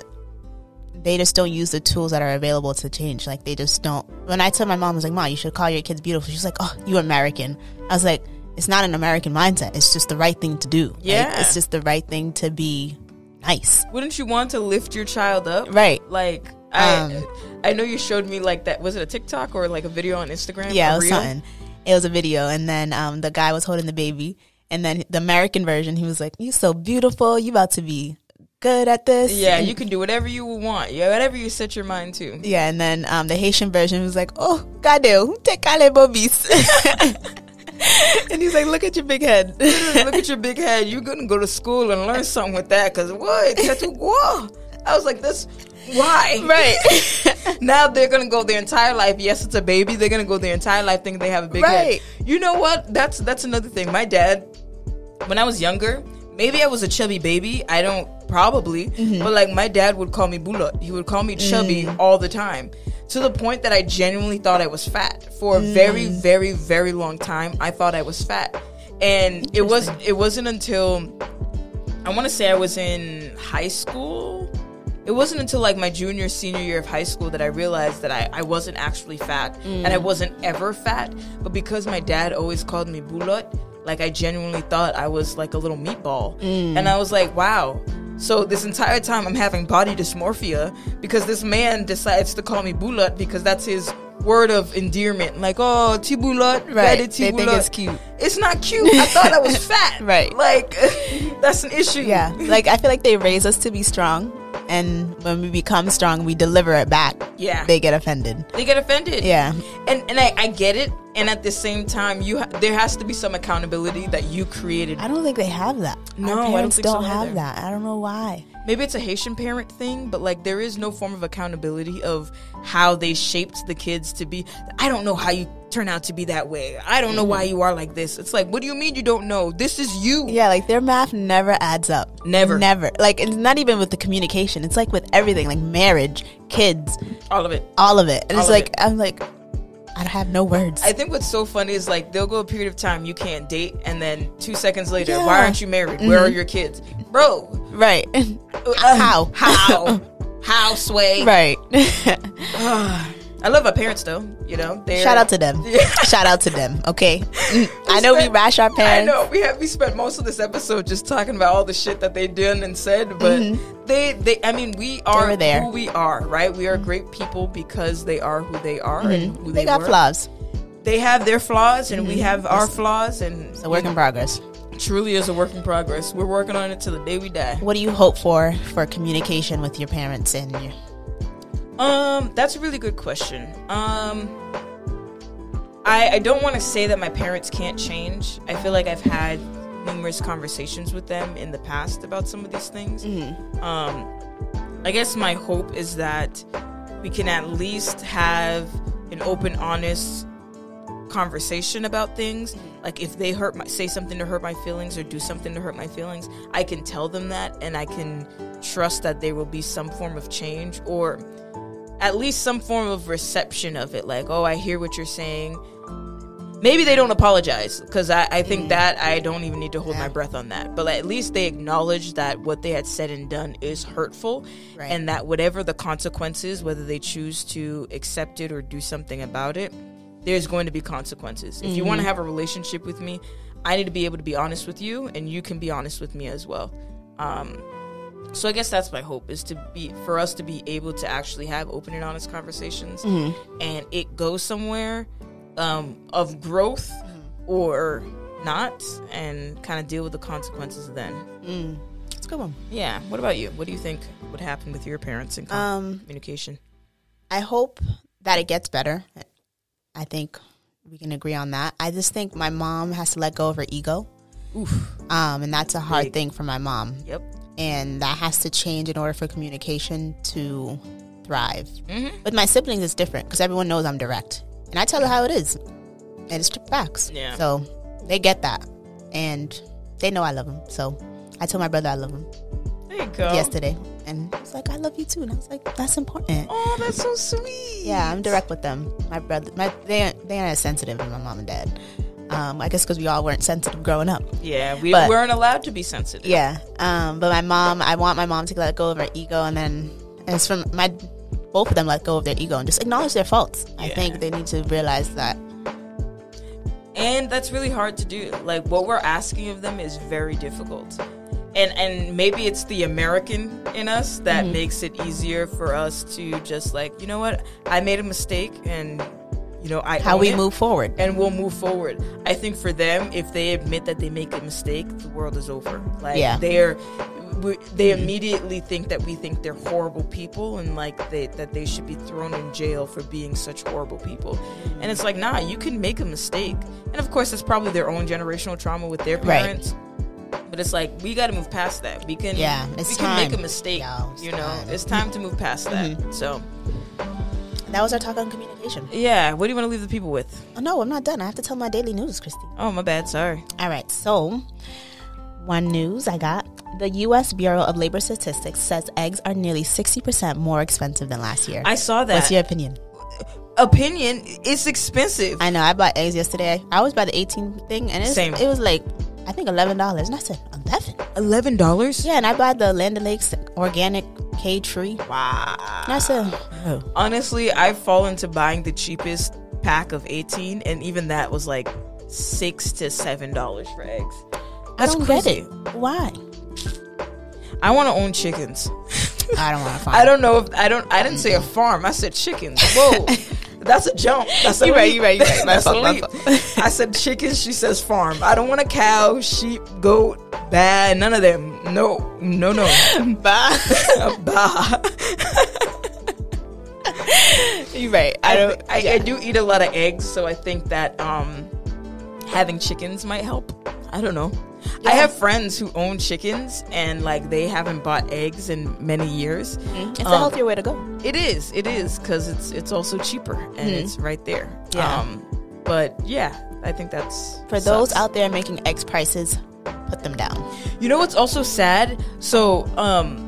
they just don't use the tools that are available to change. Like they just don't. When I tell my mom, I was like, "Mom, you should call your kids beautiful." She's like, "Oh, you American." I was like, "It's not an American mindset. It's just the right thing to do. Like,
Yeah.
it's just the right thing to be nice."
Wouldn't you want to lift your child up?
Right.
Like I,
Um,
I know you showed me like that. Was it a TikTok or like a video on Instagram?
Yeah,
A
it was
reel?
something. It was a video, and then um, the guy was holding the baby, and then the American version, he was like, "You so beautiful. You about to be good at this."
Yeah,
And-
you can do whatever you want. Yeah, whatever you set your mind to.
yeah. And then um, the Haitian version was like, "Oh, Gadeo, te cale bobis," [laughs] and he's like, "Look at your big head." [laughs]
Look at your big head. You're gonna go to school and learn something with that. Cause what? That's
[laughs]
whoa. I was like, that's why.
right.
[laughs] now they're gonna go their entire life. Yes, it's a baby. They're gonna go their entire life thinking they have a big
Right.
head. You know what? That's that's another thing. My dad, when I was younger, maybe I was a chubby baby. I don't probably, but like my dad would call me bulot. He would call me chubby all the time, to the point that I genuinely thought I was fat for a very, very, very long time. I thought I was fat, and it was it wasn't until I want to say I was in high school. It wasn't until like my junior, senior year of high school that I realized that I, I wasn't actually fat and
Mm.
I wasn't ever fat. But because my dad always called
Mm.
me bulot, like I genuinely thought I was like a little meatball. And I was like, wow, So this entire time I'm having body dysmorphia because this man decides to call me Bulat because that's his word of endearment. Like, oh, Tibulat,
Right.
right?
They think it's cute.
It's not cute. I thought I
[laughs]
was fat.
Right.
Like, [laughs] that's an issue.
Yeah, like I feel like they raise us to be strong, and when we become strong, we deliver it back.
Yeah.
they get offended.
They get offended.
Yeah,
and and I, I get it and at the same time you ha- there has to be some accountability that you created
I don't think they have that.
No, I
Our
don't
parents
think so
have
either.
that. I don't know why.
maybe it's a haitian parent thing but like there is no form of accountability of how they shaped the kids to be i don't know how you turn out to be that way i don't know why you are like this it's like what do you mean you don't know this is you
Mm-hmm. Yeah, like their math never adds up.
Never.
never. Like it's not even with the communication. It's like with everything, like marriage, kids,
all of it
all of it. And
All
it's
of
like
it.
I'm like, I have no words.
I think what's so funny is like they'll go a period of time you can't date, and then two seconds later,
Yeah. Mm-hmm.
why aren't you married? Where are your kids, bro?
right? [laughs] Um, How?
How? How sway?
[laughs] right.
[sighs]
[laughs]
I love our parents though. You know, they
Shout out to them. [laughs] Shout out to them. Okay. Mm, I know we
spent-
rash our
I
parents.
know we have we spent most of this episode just talking about all the shit that they done and said, but they they I mean we are
Mm-hmm. were there.
who we are, right? We are great people because they are who they are and who they,
Mm-hmm. They got
were.
flaws. Mm-hmm.
They have their flaws and we have our flaws, and
It's a work in progress.
it truly is a work in progress. We're working on it till the day we die.
What do you hope for for communication with your parents and your
Um, that's a really good question. Um, I I don't want to say that my parents can't change. I feel like I've had numerous conversations with them in the past about some of these things. Um, I guess my hope is that we can at least have an open, honest conversation about things. Like if they hurt my say something to hurt my feelings or do something to hurt my feelings, I can tell them that and I can trust that there will be some form of change or at least some form of reception of it. Like, oh, I hear what you're saying. Maybe they don't apologize because I, I think that I don't even need to hold my breath on that. But at least they acknowledge that what they had said and done is hurtful
Right.
and that whatever the consequences, whether they choose to accept it or do something about it, there's going to be consequences. If you want to have a relationship with me, I need to be able to be honest with you and you can be honest with me as well. Um, so I guess that's my hope is to be for us to be able to actually have open and honest conversations,
Mm-hmm.
and it goes somewhere um, of growth
Mm-hmm.
or not, and kind of deal with the consequences then.
It's a good one.
Yeah. What about you? What do you think would happen with your parents and com-
Um,
communication?
I hope that it gets better. I think we can agree on that. I just think my mom has to let go of her ego.
Oof.
Um, and that's a hard
Big.
thing for my mom.
Yep.
And that has to change in order for communication to thrive.
Mhm.
With my siblings, it's different because everyone knows I'm direct. And I tell her how it is. And it's just facts.
Yeah.
So they get that. And they know I love them. So I told my brother I love him
There you go.
yesterday. And he's like, I love you too. And I was like, that's important.
Oh, that's so sweet.
Yeah, I'm direct with them. My brother, my they aren't, they aren't as sensitive as my mom and dad. Um, I guess because we all weren't sensitive growing up.
Yeah. We
But-
weren't allowed to be sensitive.
Yeah. Um, but my mom, I want my mom to let go of her ego, and then and it's from my both of them let go of their ego and just acknowledge their faults. I
Yeah.
think they need to realize that.
and that's really hard to do like what we're asking of them is very difficult and and maybe it's the american in us that
Mm-hmm.
makes it easier for us to just like you know what i made a mistake and you know i
How
own
we
it,
move forward.
and we'll move forward i think for them if they admit that they make a mistake the world is over like
Yeah. Mm-hmm.
they're we- they immediately think that we think they're horrible people and like they, that they should be thrown in jail for being such horrible people and it's like nah you can make a mistake and of course it's probably their own generational trauma with their
Right.
parents but it's like we got to move past that we can
Yeah, it's
we can make
time,
a mistake
y'all. It's
you know
time. Mm-hmm.
it's time to move past that so
That was our talk on communication.
yeah what do you want to leave the people with
Oh, no, I'm not done. I have to tell my daily news, Christy.
oh my bad sorry
All right, so one news I got. The U.S. Bureau of Labor Statistics says eggs are nearly 60% more expensive than last year.
i saw that
What's your opinion?
opinion, it's expensive.
I know I bought eggs yesterday. I was by the 18 thing, and it's,
Same.
it was like I think eleven dollars, and I said eleven.
Eleven dollars?
Yeah, and I bought the Land O'Lakes organic K tree, and
Wow.
I said, oh,
Honestly, I've fallen to buying the cheapest pack of eighteen, and even that was like six to seven dollars for eggs.
I
That's
don't
crazy.
get it. Why?
I want to own chickens.
I don't want to find.
I don't know if I don't. I didn't say a farm. I said chickens. Whoa, that's a jump. That's a
You right,
leap.
you right, you right. My
that's a
fault, my
leap. I said chickens. She says farm. I don't want a cow, sheep, goat, bad. None of them. No, no, no.
[laughs]
Bah.
bah.
You're right.
I
I don't.
I,
yeah.
I do eat a lot of eggs, so I think that um, having chickens might help. I don't know. I have friends who own chickens and like they haven't bought eggs in many years.
It's a
Um,
healthier way to go.
It is, it is, because it's it's also cheaper and it's right there.
Mm-hmm. Yeah.
Um, but yeah, I think that's
For
sucks.
those out there making X prices, put them down.
You know what's also sad? So, um,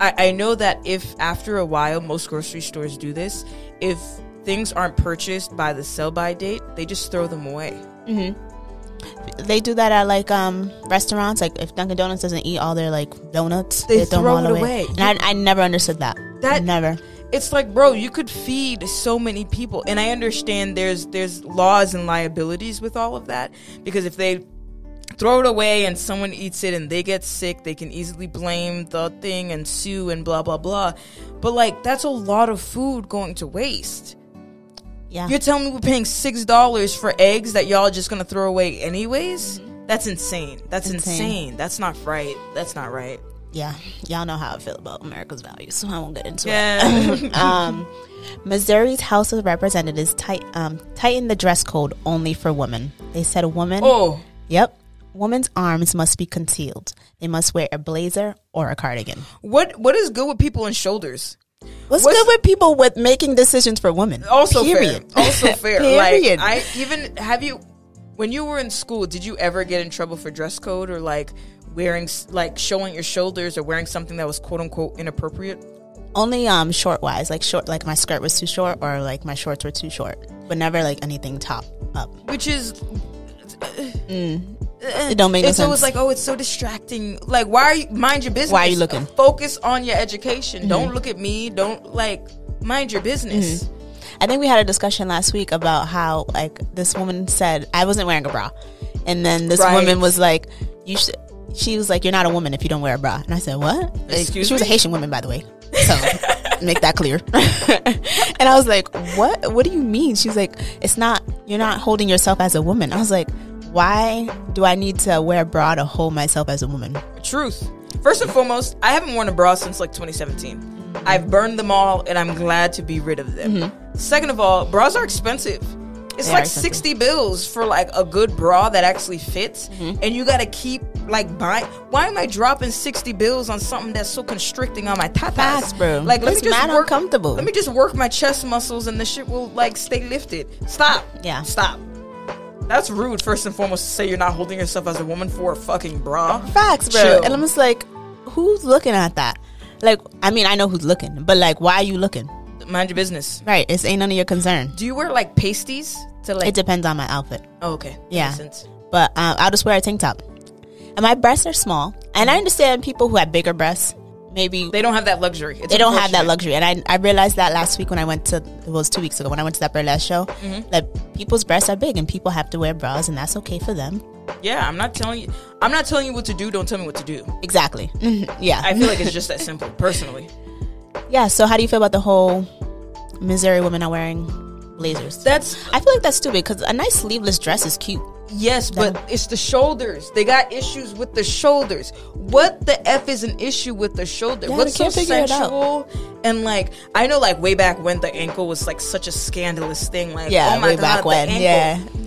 I, I know that if after a while, most grocery stores do this, if things aren't purchased by the sell by date, they just throw them away.
They do that at like um restaurants. Like if Dunkin' Donuts doesn't eat all their like donuts,
They
throw,
throw
them
it
all
away.
And I, I never understood that.
That-
never.
It's like, bro, you could feed so many people, and I understand there's there's laws and liabilities with all of that because if they throw it away and someone eats it and they get sick, they can easily blame the thing and sue and blah blah blah. But like, that's a lot of food going to waste.
Yeah.
You're telling me we're paying six dollars for eggs that y'all are just gonna throw away anyways? That's insane. That's insane.
Insane.
That's not right. That's not right.
yeah, y'all know how I feel about America's values, so I won't get into
Yeah.
it. um, Missouri's House of Representatives tight, um, tightened the dress code only for women. They said women.
[laughs] oh,
Yep. Women's arms must be concealed. They must wear a blazer or a cardigan.
what what is good with people and shoulders?
What's,
What's-
good with people with making decisions for women?
Also
Period.
fair. [laughs] Also fair.
Period.
Like I even have you when you were in school, did you ever get in trouble for dress code or like wearing s- like showing your shoulders or wearing something that was quote unquote inappropriate?
Only um short wise, like short, like my skirt was too short or like my shorts were too short, but never like anything top up.
Which is Eh,
It don't make no
it's
sense.
always like, oh, it's so distracting. Like, why are you mind your business?
Why are you looking? Mm-hmm.
Focus on your education. Don't look at me. Don't like mind your business.
I think we had a discussion last week about how like this woman said I wasn't wearing a bra, and then this
Right.
woman was like, "You should." She was like, "You're not a woman if you don't wear a bra," and I said, "What?" Like,
Excuse
she was a
me?
Haitian woman, by the
[laughs]
way, so make that clear. [laughs] and I was like, "What? What do you mean?" She was like, "It's not. You're not holding yourself as a woman." I was like, "Why do I need to wear a bra to hold myself as a woman?"
Truth. First and foremost, I haven't worn a bra since like 2017. I've burned them all, and I'm glad to be rid of them. Second of all, bras are expensive. It's
Mm-hmm. They are
like
expensive.
60 bills for like a good bra that actually fits,
Mm-hmm.
and you gotta keep like buying. Why am I dropping 60 bills on something that's so constricting on my tatas?
Fast, bro.
Like, let
It's
me just
mad
work.
uncomfortable.
Let me just work my chest muscles, and the shit will like stay lifted. Stop.
Yeah.
Stop. That's rude. First and foremost, to say you're not holding yourself as a woman for a fucking bra.
Facts, bro.
Chill.
And I'm just like, who's looking at that? Like, I mean, I know who's looking, but like, why are you looking?
Mind your business.
Right. It's ain't none of your concern.
Do you wear like pasties to like?
It depends on my outfit.
oh, okay.
Yeah.
Makes sense.
But um, I'll just wear a tank top. And my breasts are small. And I understand people who have bigger breasts, maybe they,
They don't have that luxury. It's
don't have that
unfortunate.
luxury. And I, I realized that last week when I went to, it was two weeks ago, when I went to that burlesque show,
Mm-hmm.
that people's breasts are big and people have to wear bras and that's okay for them.
Yeah, I'm not telling you. I'm not telling you what to do. Don't tell me what to do.
Exactly. Mhm. yeah.
I feel like it's just that
[laughs]
simple. Personally,
yeah. So how do you feel about the whole Missouri women are wearing blazers?
that's
I feel like that's stupid because a nice sleeveless dress is cute.
yes, but it's the shoulders. They got issues with the shoulders. What the f is an issue with the shoulder?
Yeah,
What's
they can't
so
figure it out.
sensual? And like, I know, like way back when the ankle was like such a scandalous thing. Like,
Yeah,
oh my
way
God,
back
the
when.
ankle.
Yeah.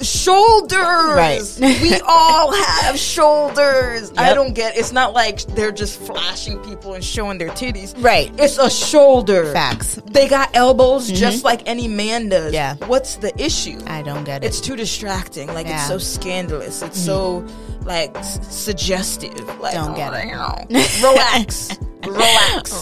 shoulders.
Right.
we all have shoulders. I
Yep.
don't get. It's not like they're just flashing people and showing their titties.
Right.
It's a shoulder.
Facts.
They got elbows just like any man does.
Yeah.
What's the issue?
I don't get it.
It's too distracting. Like it's
Yeah. Mm-hmm.
so scandalous. It's so like s- suggestive. Like oh,
Don't get it. [laughs]
Relax. Relax.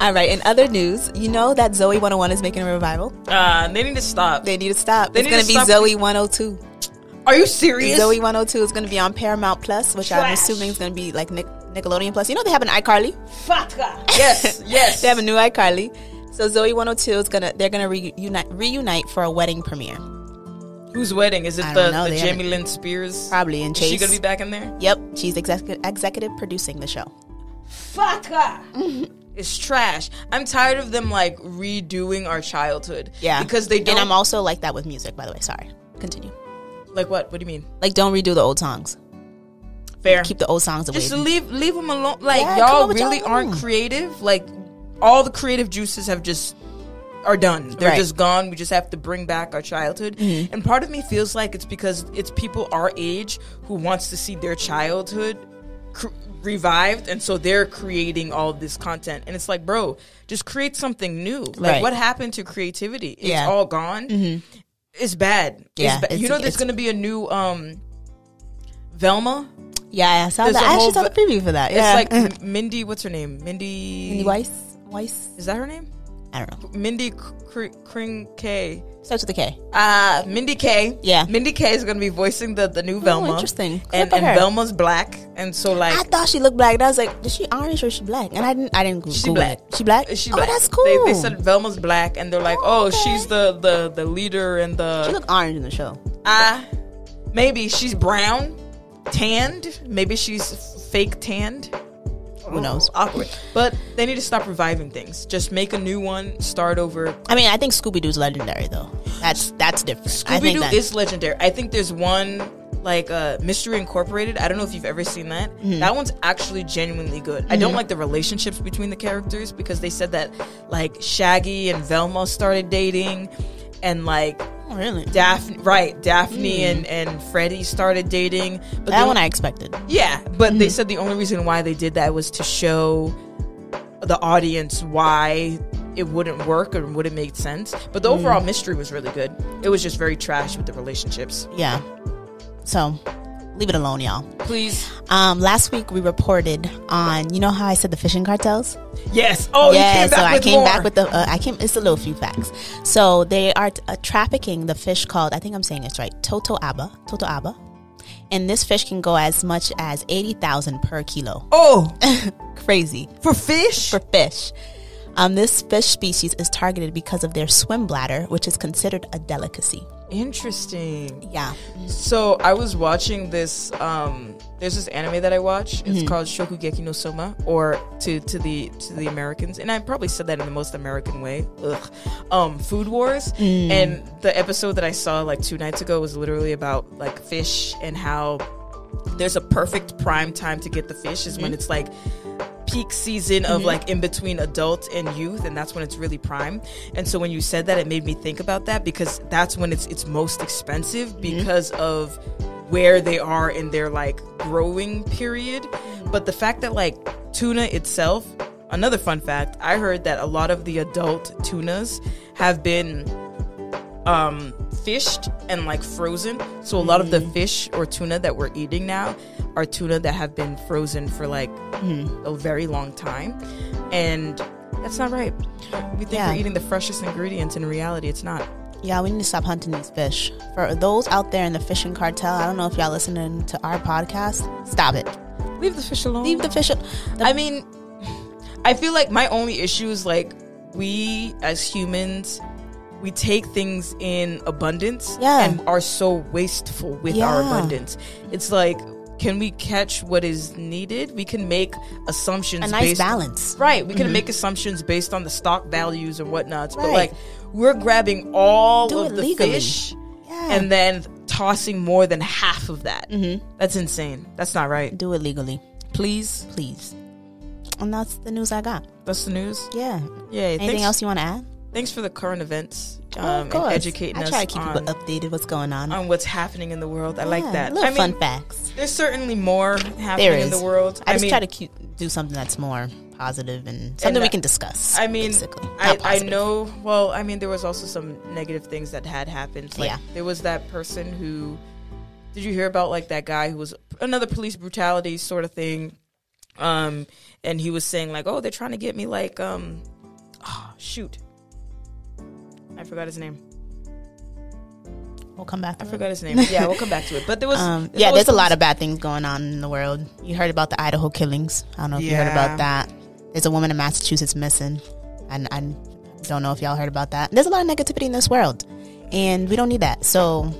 All right. In other news, you know that Zoe 101 is making a revival.
Uh, they need to stop.
They need to stop.
They
it's
need
going
to
to be
stop.
Zoe 102.
Are you serious?
Zoe 102 is going to be on Paramount Plus, which I'm
Trash.
assuming is going to be like Nic- Nickelodeon Plus. You know they have an iCarly.
Fuck her. Yes.
[laughs]
Yes.
They have a new oh iCarly. So Zoe 102 is gonna they're gonna reunite reunite for a wedding premiere.
Whose wedding is it?
I
The,
don't know.
the
They
Jamie Lynn Spears.
Probably in
Is she
Chase.
gonna be back in there?
yep, she's execu- executive producing the show.
Fuck her. [laughs] it's trash. I'm tired of them like redoing our childhood.
Yeah.
because they don't.
And I'm also like that with music, by the way. Sorry. Continue.
like what? What do you mean?
Like, don't redo the old songs.
Fair.
Keep the old songs away.
Just leave leave them alone. Like
Yeah, come
y'all
up with
really
y'all
aren't
own.
creative. Like all the creative juices have just are done.
Right.
They're
Mm-hmm.
just gone. We just have to bring back our childhood. And part of me feels like it's because it's people our age who wants to see their childhood cr- revived, and so they're creating all this content. And it's like, bro, just create something new. Like
Right.
what happened to creativity? It's
Yeah. Mm-hmm.
all gone. It's bad.
Yeah,
it's ba- you
it's-
know, there's
it's-
going to be a new um, Velma.
yeah, I saw
There's
that.
a
I actually
whole
saw the preview for that. Yeah. [laughs]
It's like M- Mindy. What's her name? Mindy.
Mindy Weiss. Weiss.
Is that her name?
I don't know.
Mindy Kr- Kring K.
Starts with a K.
Uh, Mindy K.
Yeah. Oh,
Mindy K is going to be voicing the, the new Velma.
interesting. Good
And,
for
and
her.
Velma's black. And so, like,
I thought she looked black. And I was like, is she orange or is she black? And I didn't. I didn't.
She
Google
black.
It. She black.
she
oh,
black.
that's cool.
They, they said Velma's black. And they're like, oh,
Okay.
she's the, the, the leader and
she
the.
looked orange in the show.
Ah, maybe she's brown, tanned. Maybe she's fake tanned.
Who knows?
Oh, Awkward. But they need to stop reviving things. Just make a new one, start over,
I mean, I think Scooby Doo's legendary though. That's that's different. I
Scooby
think
Doo
that-
is legendary. I think there's one like uh, Mystery Incorporated. I don't know if you've ever seen that.
Mm-hmm.
That one's actually genuinely good. I don't like the relationships between the characters because they said that like Shaggy and Velma started dating, and like
Oh, really. That,
Daphne, right? Daphne and and Freddie started dating. But the
Mm. one
only-
I expected.
yeah, but
Mm-hmm.
they said the only reason why they did that was to show the audience why it wouldn't work or wouldn't make sense. But
Mm.
the overall mystery was really good. It was just very trash with the relationships.
Yeah. So, leave it alone, y'all.
Please.
Um, last week we reported on. You know how I said the fishing cartels?
Yes. Oh, you
yeah,
came
so
back
I
with
came
more.
back with the uh, I came. It's a little few facts. So they are uh, trafficking the fish called I think I'm saying it's right, Toto Abba, Toto Abba, and this fish can go as much as eighty thousand per kilo.
Oh,
Crazy
for
[laughs]
fish?
for fish. Um, this fish species is targeted because of their swim bladder, which is considered a delicacy.
Interesting.
Yeah,
So I was watching this. Um, there's this anime that I watch. It's called Shokugeki no Soma, or to to the to the Americans, and I probably said that in the most American way. Ugh. Um, Food Wars, and the episode that I saw like two nights ago was literally about like fish and how there's a perfect prime time to get the fish is when it's like peak season of like in between adult and youth and that's when it's really prime and so when you said that it made me think about that because that's when it's it's most expensive because of where they are in their like growing period but the fact that like tuna itself another fun fact i heard that a lot of the adult tunas have been um, fished and like frozen. So a lot of the fish or tuna that we're eating now are tuna that have been frozen for like a very long time, and that's not right. We think
Yeah.
we're eating the freshest ingredients. In reality, it's not.
yeah, we need to stop hunting these fish. For those out there in the fishing cartel, I don't know if y'all listening to our podcast. Stop it.
Leave the fish alone.
Leave the fish. al- The
I mean, I feel like my only issue is like we as humans. We take things in abundance
Yeah.
and are so wasteful with our
Yeah.
abundance. It's like, can we catch what is needed? We can make assumptions.
a nice
based-
balance.
Right. We can make assumptions based on the stock values and whatnots. But
Right.
like, we're grabbing all
Do
of
it
the
legally.
fish
Yeah. Mm-hmm.
and then tossing more than half of that. That's insane. That's not right.
do it legally,
Please.
please. And that's the news I got.
That's the news.
Yeah.
Yeah.
Anything
thanks,
else you want to add?
Thanks for the current events um,
Oh,
and educating
I
us
try to keep
on,
you updated. What's going on?
on what's happening in the world. I like
Yeah,
that.
Little
I mean,
fun facts.
there's certainly more happening
There is
in the world.
I, just
mean,
try to cu- do something that's more positive and something
And,
we
uh,
can discuss.
I mean,
basically.
I,
Not
I
positive.
know. Well, I mean, there was also some negative things that had happened. Like,
Yeah.
there was that person who. Did you hear about like that guy who was another police brutality sort of thing? Um, and he was saying like, "Oh, they're trying to get me like, um, oh, shoot, I forgot his name.
We'll come back.
I
to it.
forgot his
[laughs]
name. Yeah, we'll come back to it. But there was
Um,
there
yeah,
was
there's a lot of bad things going on in the world. You heard about the Idaho killings. I don't know if you heard
Yeah.
about that. There's a woman in Massachusetts missing. And I don't know if y'all heard about that. There's a lot of negativity in this world, and we don't need that. So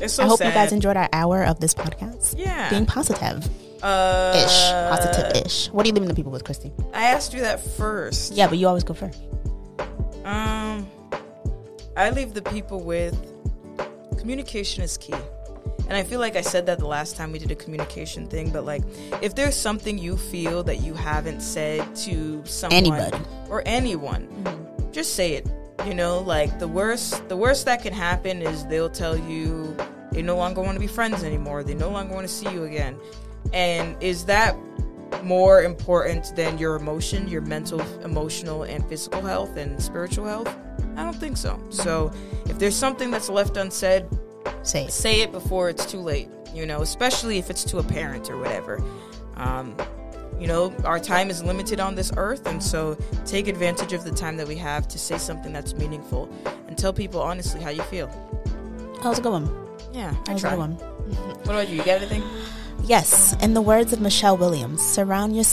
It's so
I hope
sad.
you guys enjoyed our hour of this podcast.
Yeah.
Being positive ish.
uh,
positive ish. What are you leaving the people with, Christy?
I asked you that first.
Yeah, but you always go first.
Um, I leave the people with communication is key. And I feel like I said that the last time we did a communication thing, but like if there's something you feel that you haven't said to someone
Anybody. Mm-hmm.
or anyone, just say it. You know, like the worst the worst that can happen is they'll tell you they no longer want to be friends anymore. They no longer want to see you again. And is that more important than your emotion, your mental, emotional, and physical health and spiritual health? I don't think so. So, if there's something that's left unsaid,
Say it.
say it before it's too late, you know, especially if it's to a parent or whatever. Um, you know, our time is limited on this earth, and so take advantage of the time that we have to say something that's meaningful and tell people honestly how you feel.
That was a good one.
Yeah,
That
I
was a
try.
good
What
one.
about you? You got anything?
Yes, in the words of Michelle Williams, surround your,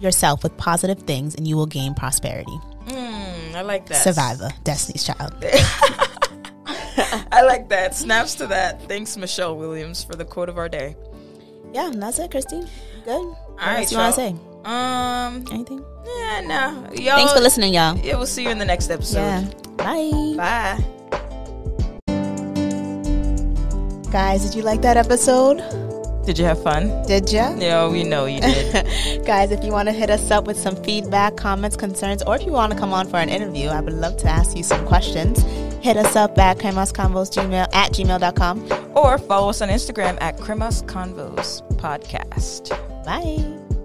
yourself with positive things and you will gain prosperity.
Mm, I like that.
Survivor, Destiny's Child.
I like that. Snaps to that. Thanks, Michelle Williams, for the quote of our day.
Yeah, and that's it, Christine. Good. All
right,
you want to say?
y'all. Um,
Anything?
yeah, no. Y'all,
Thanks for listening, y'all.
Yeah, we'll see you in the next episode.
Yeah. Bye.
Bye.
Guys, did you like that episode?
Did you have fun?
Did ya?
Yeah, we know you did.
[laughs] Guys, if you want to hit us up with some feedback, comments, concerns, or if you want to come on for an interview, I would love to ask you some questions. Hit us up at gmail at gmail.com.
or follow us on Instagram at Cremas Convos Podcast.
Bye.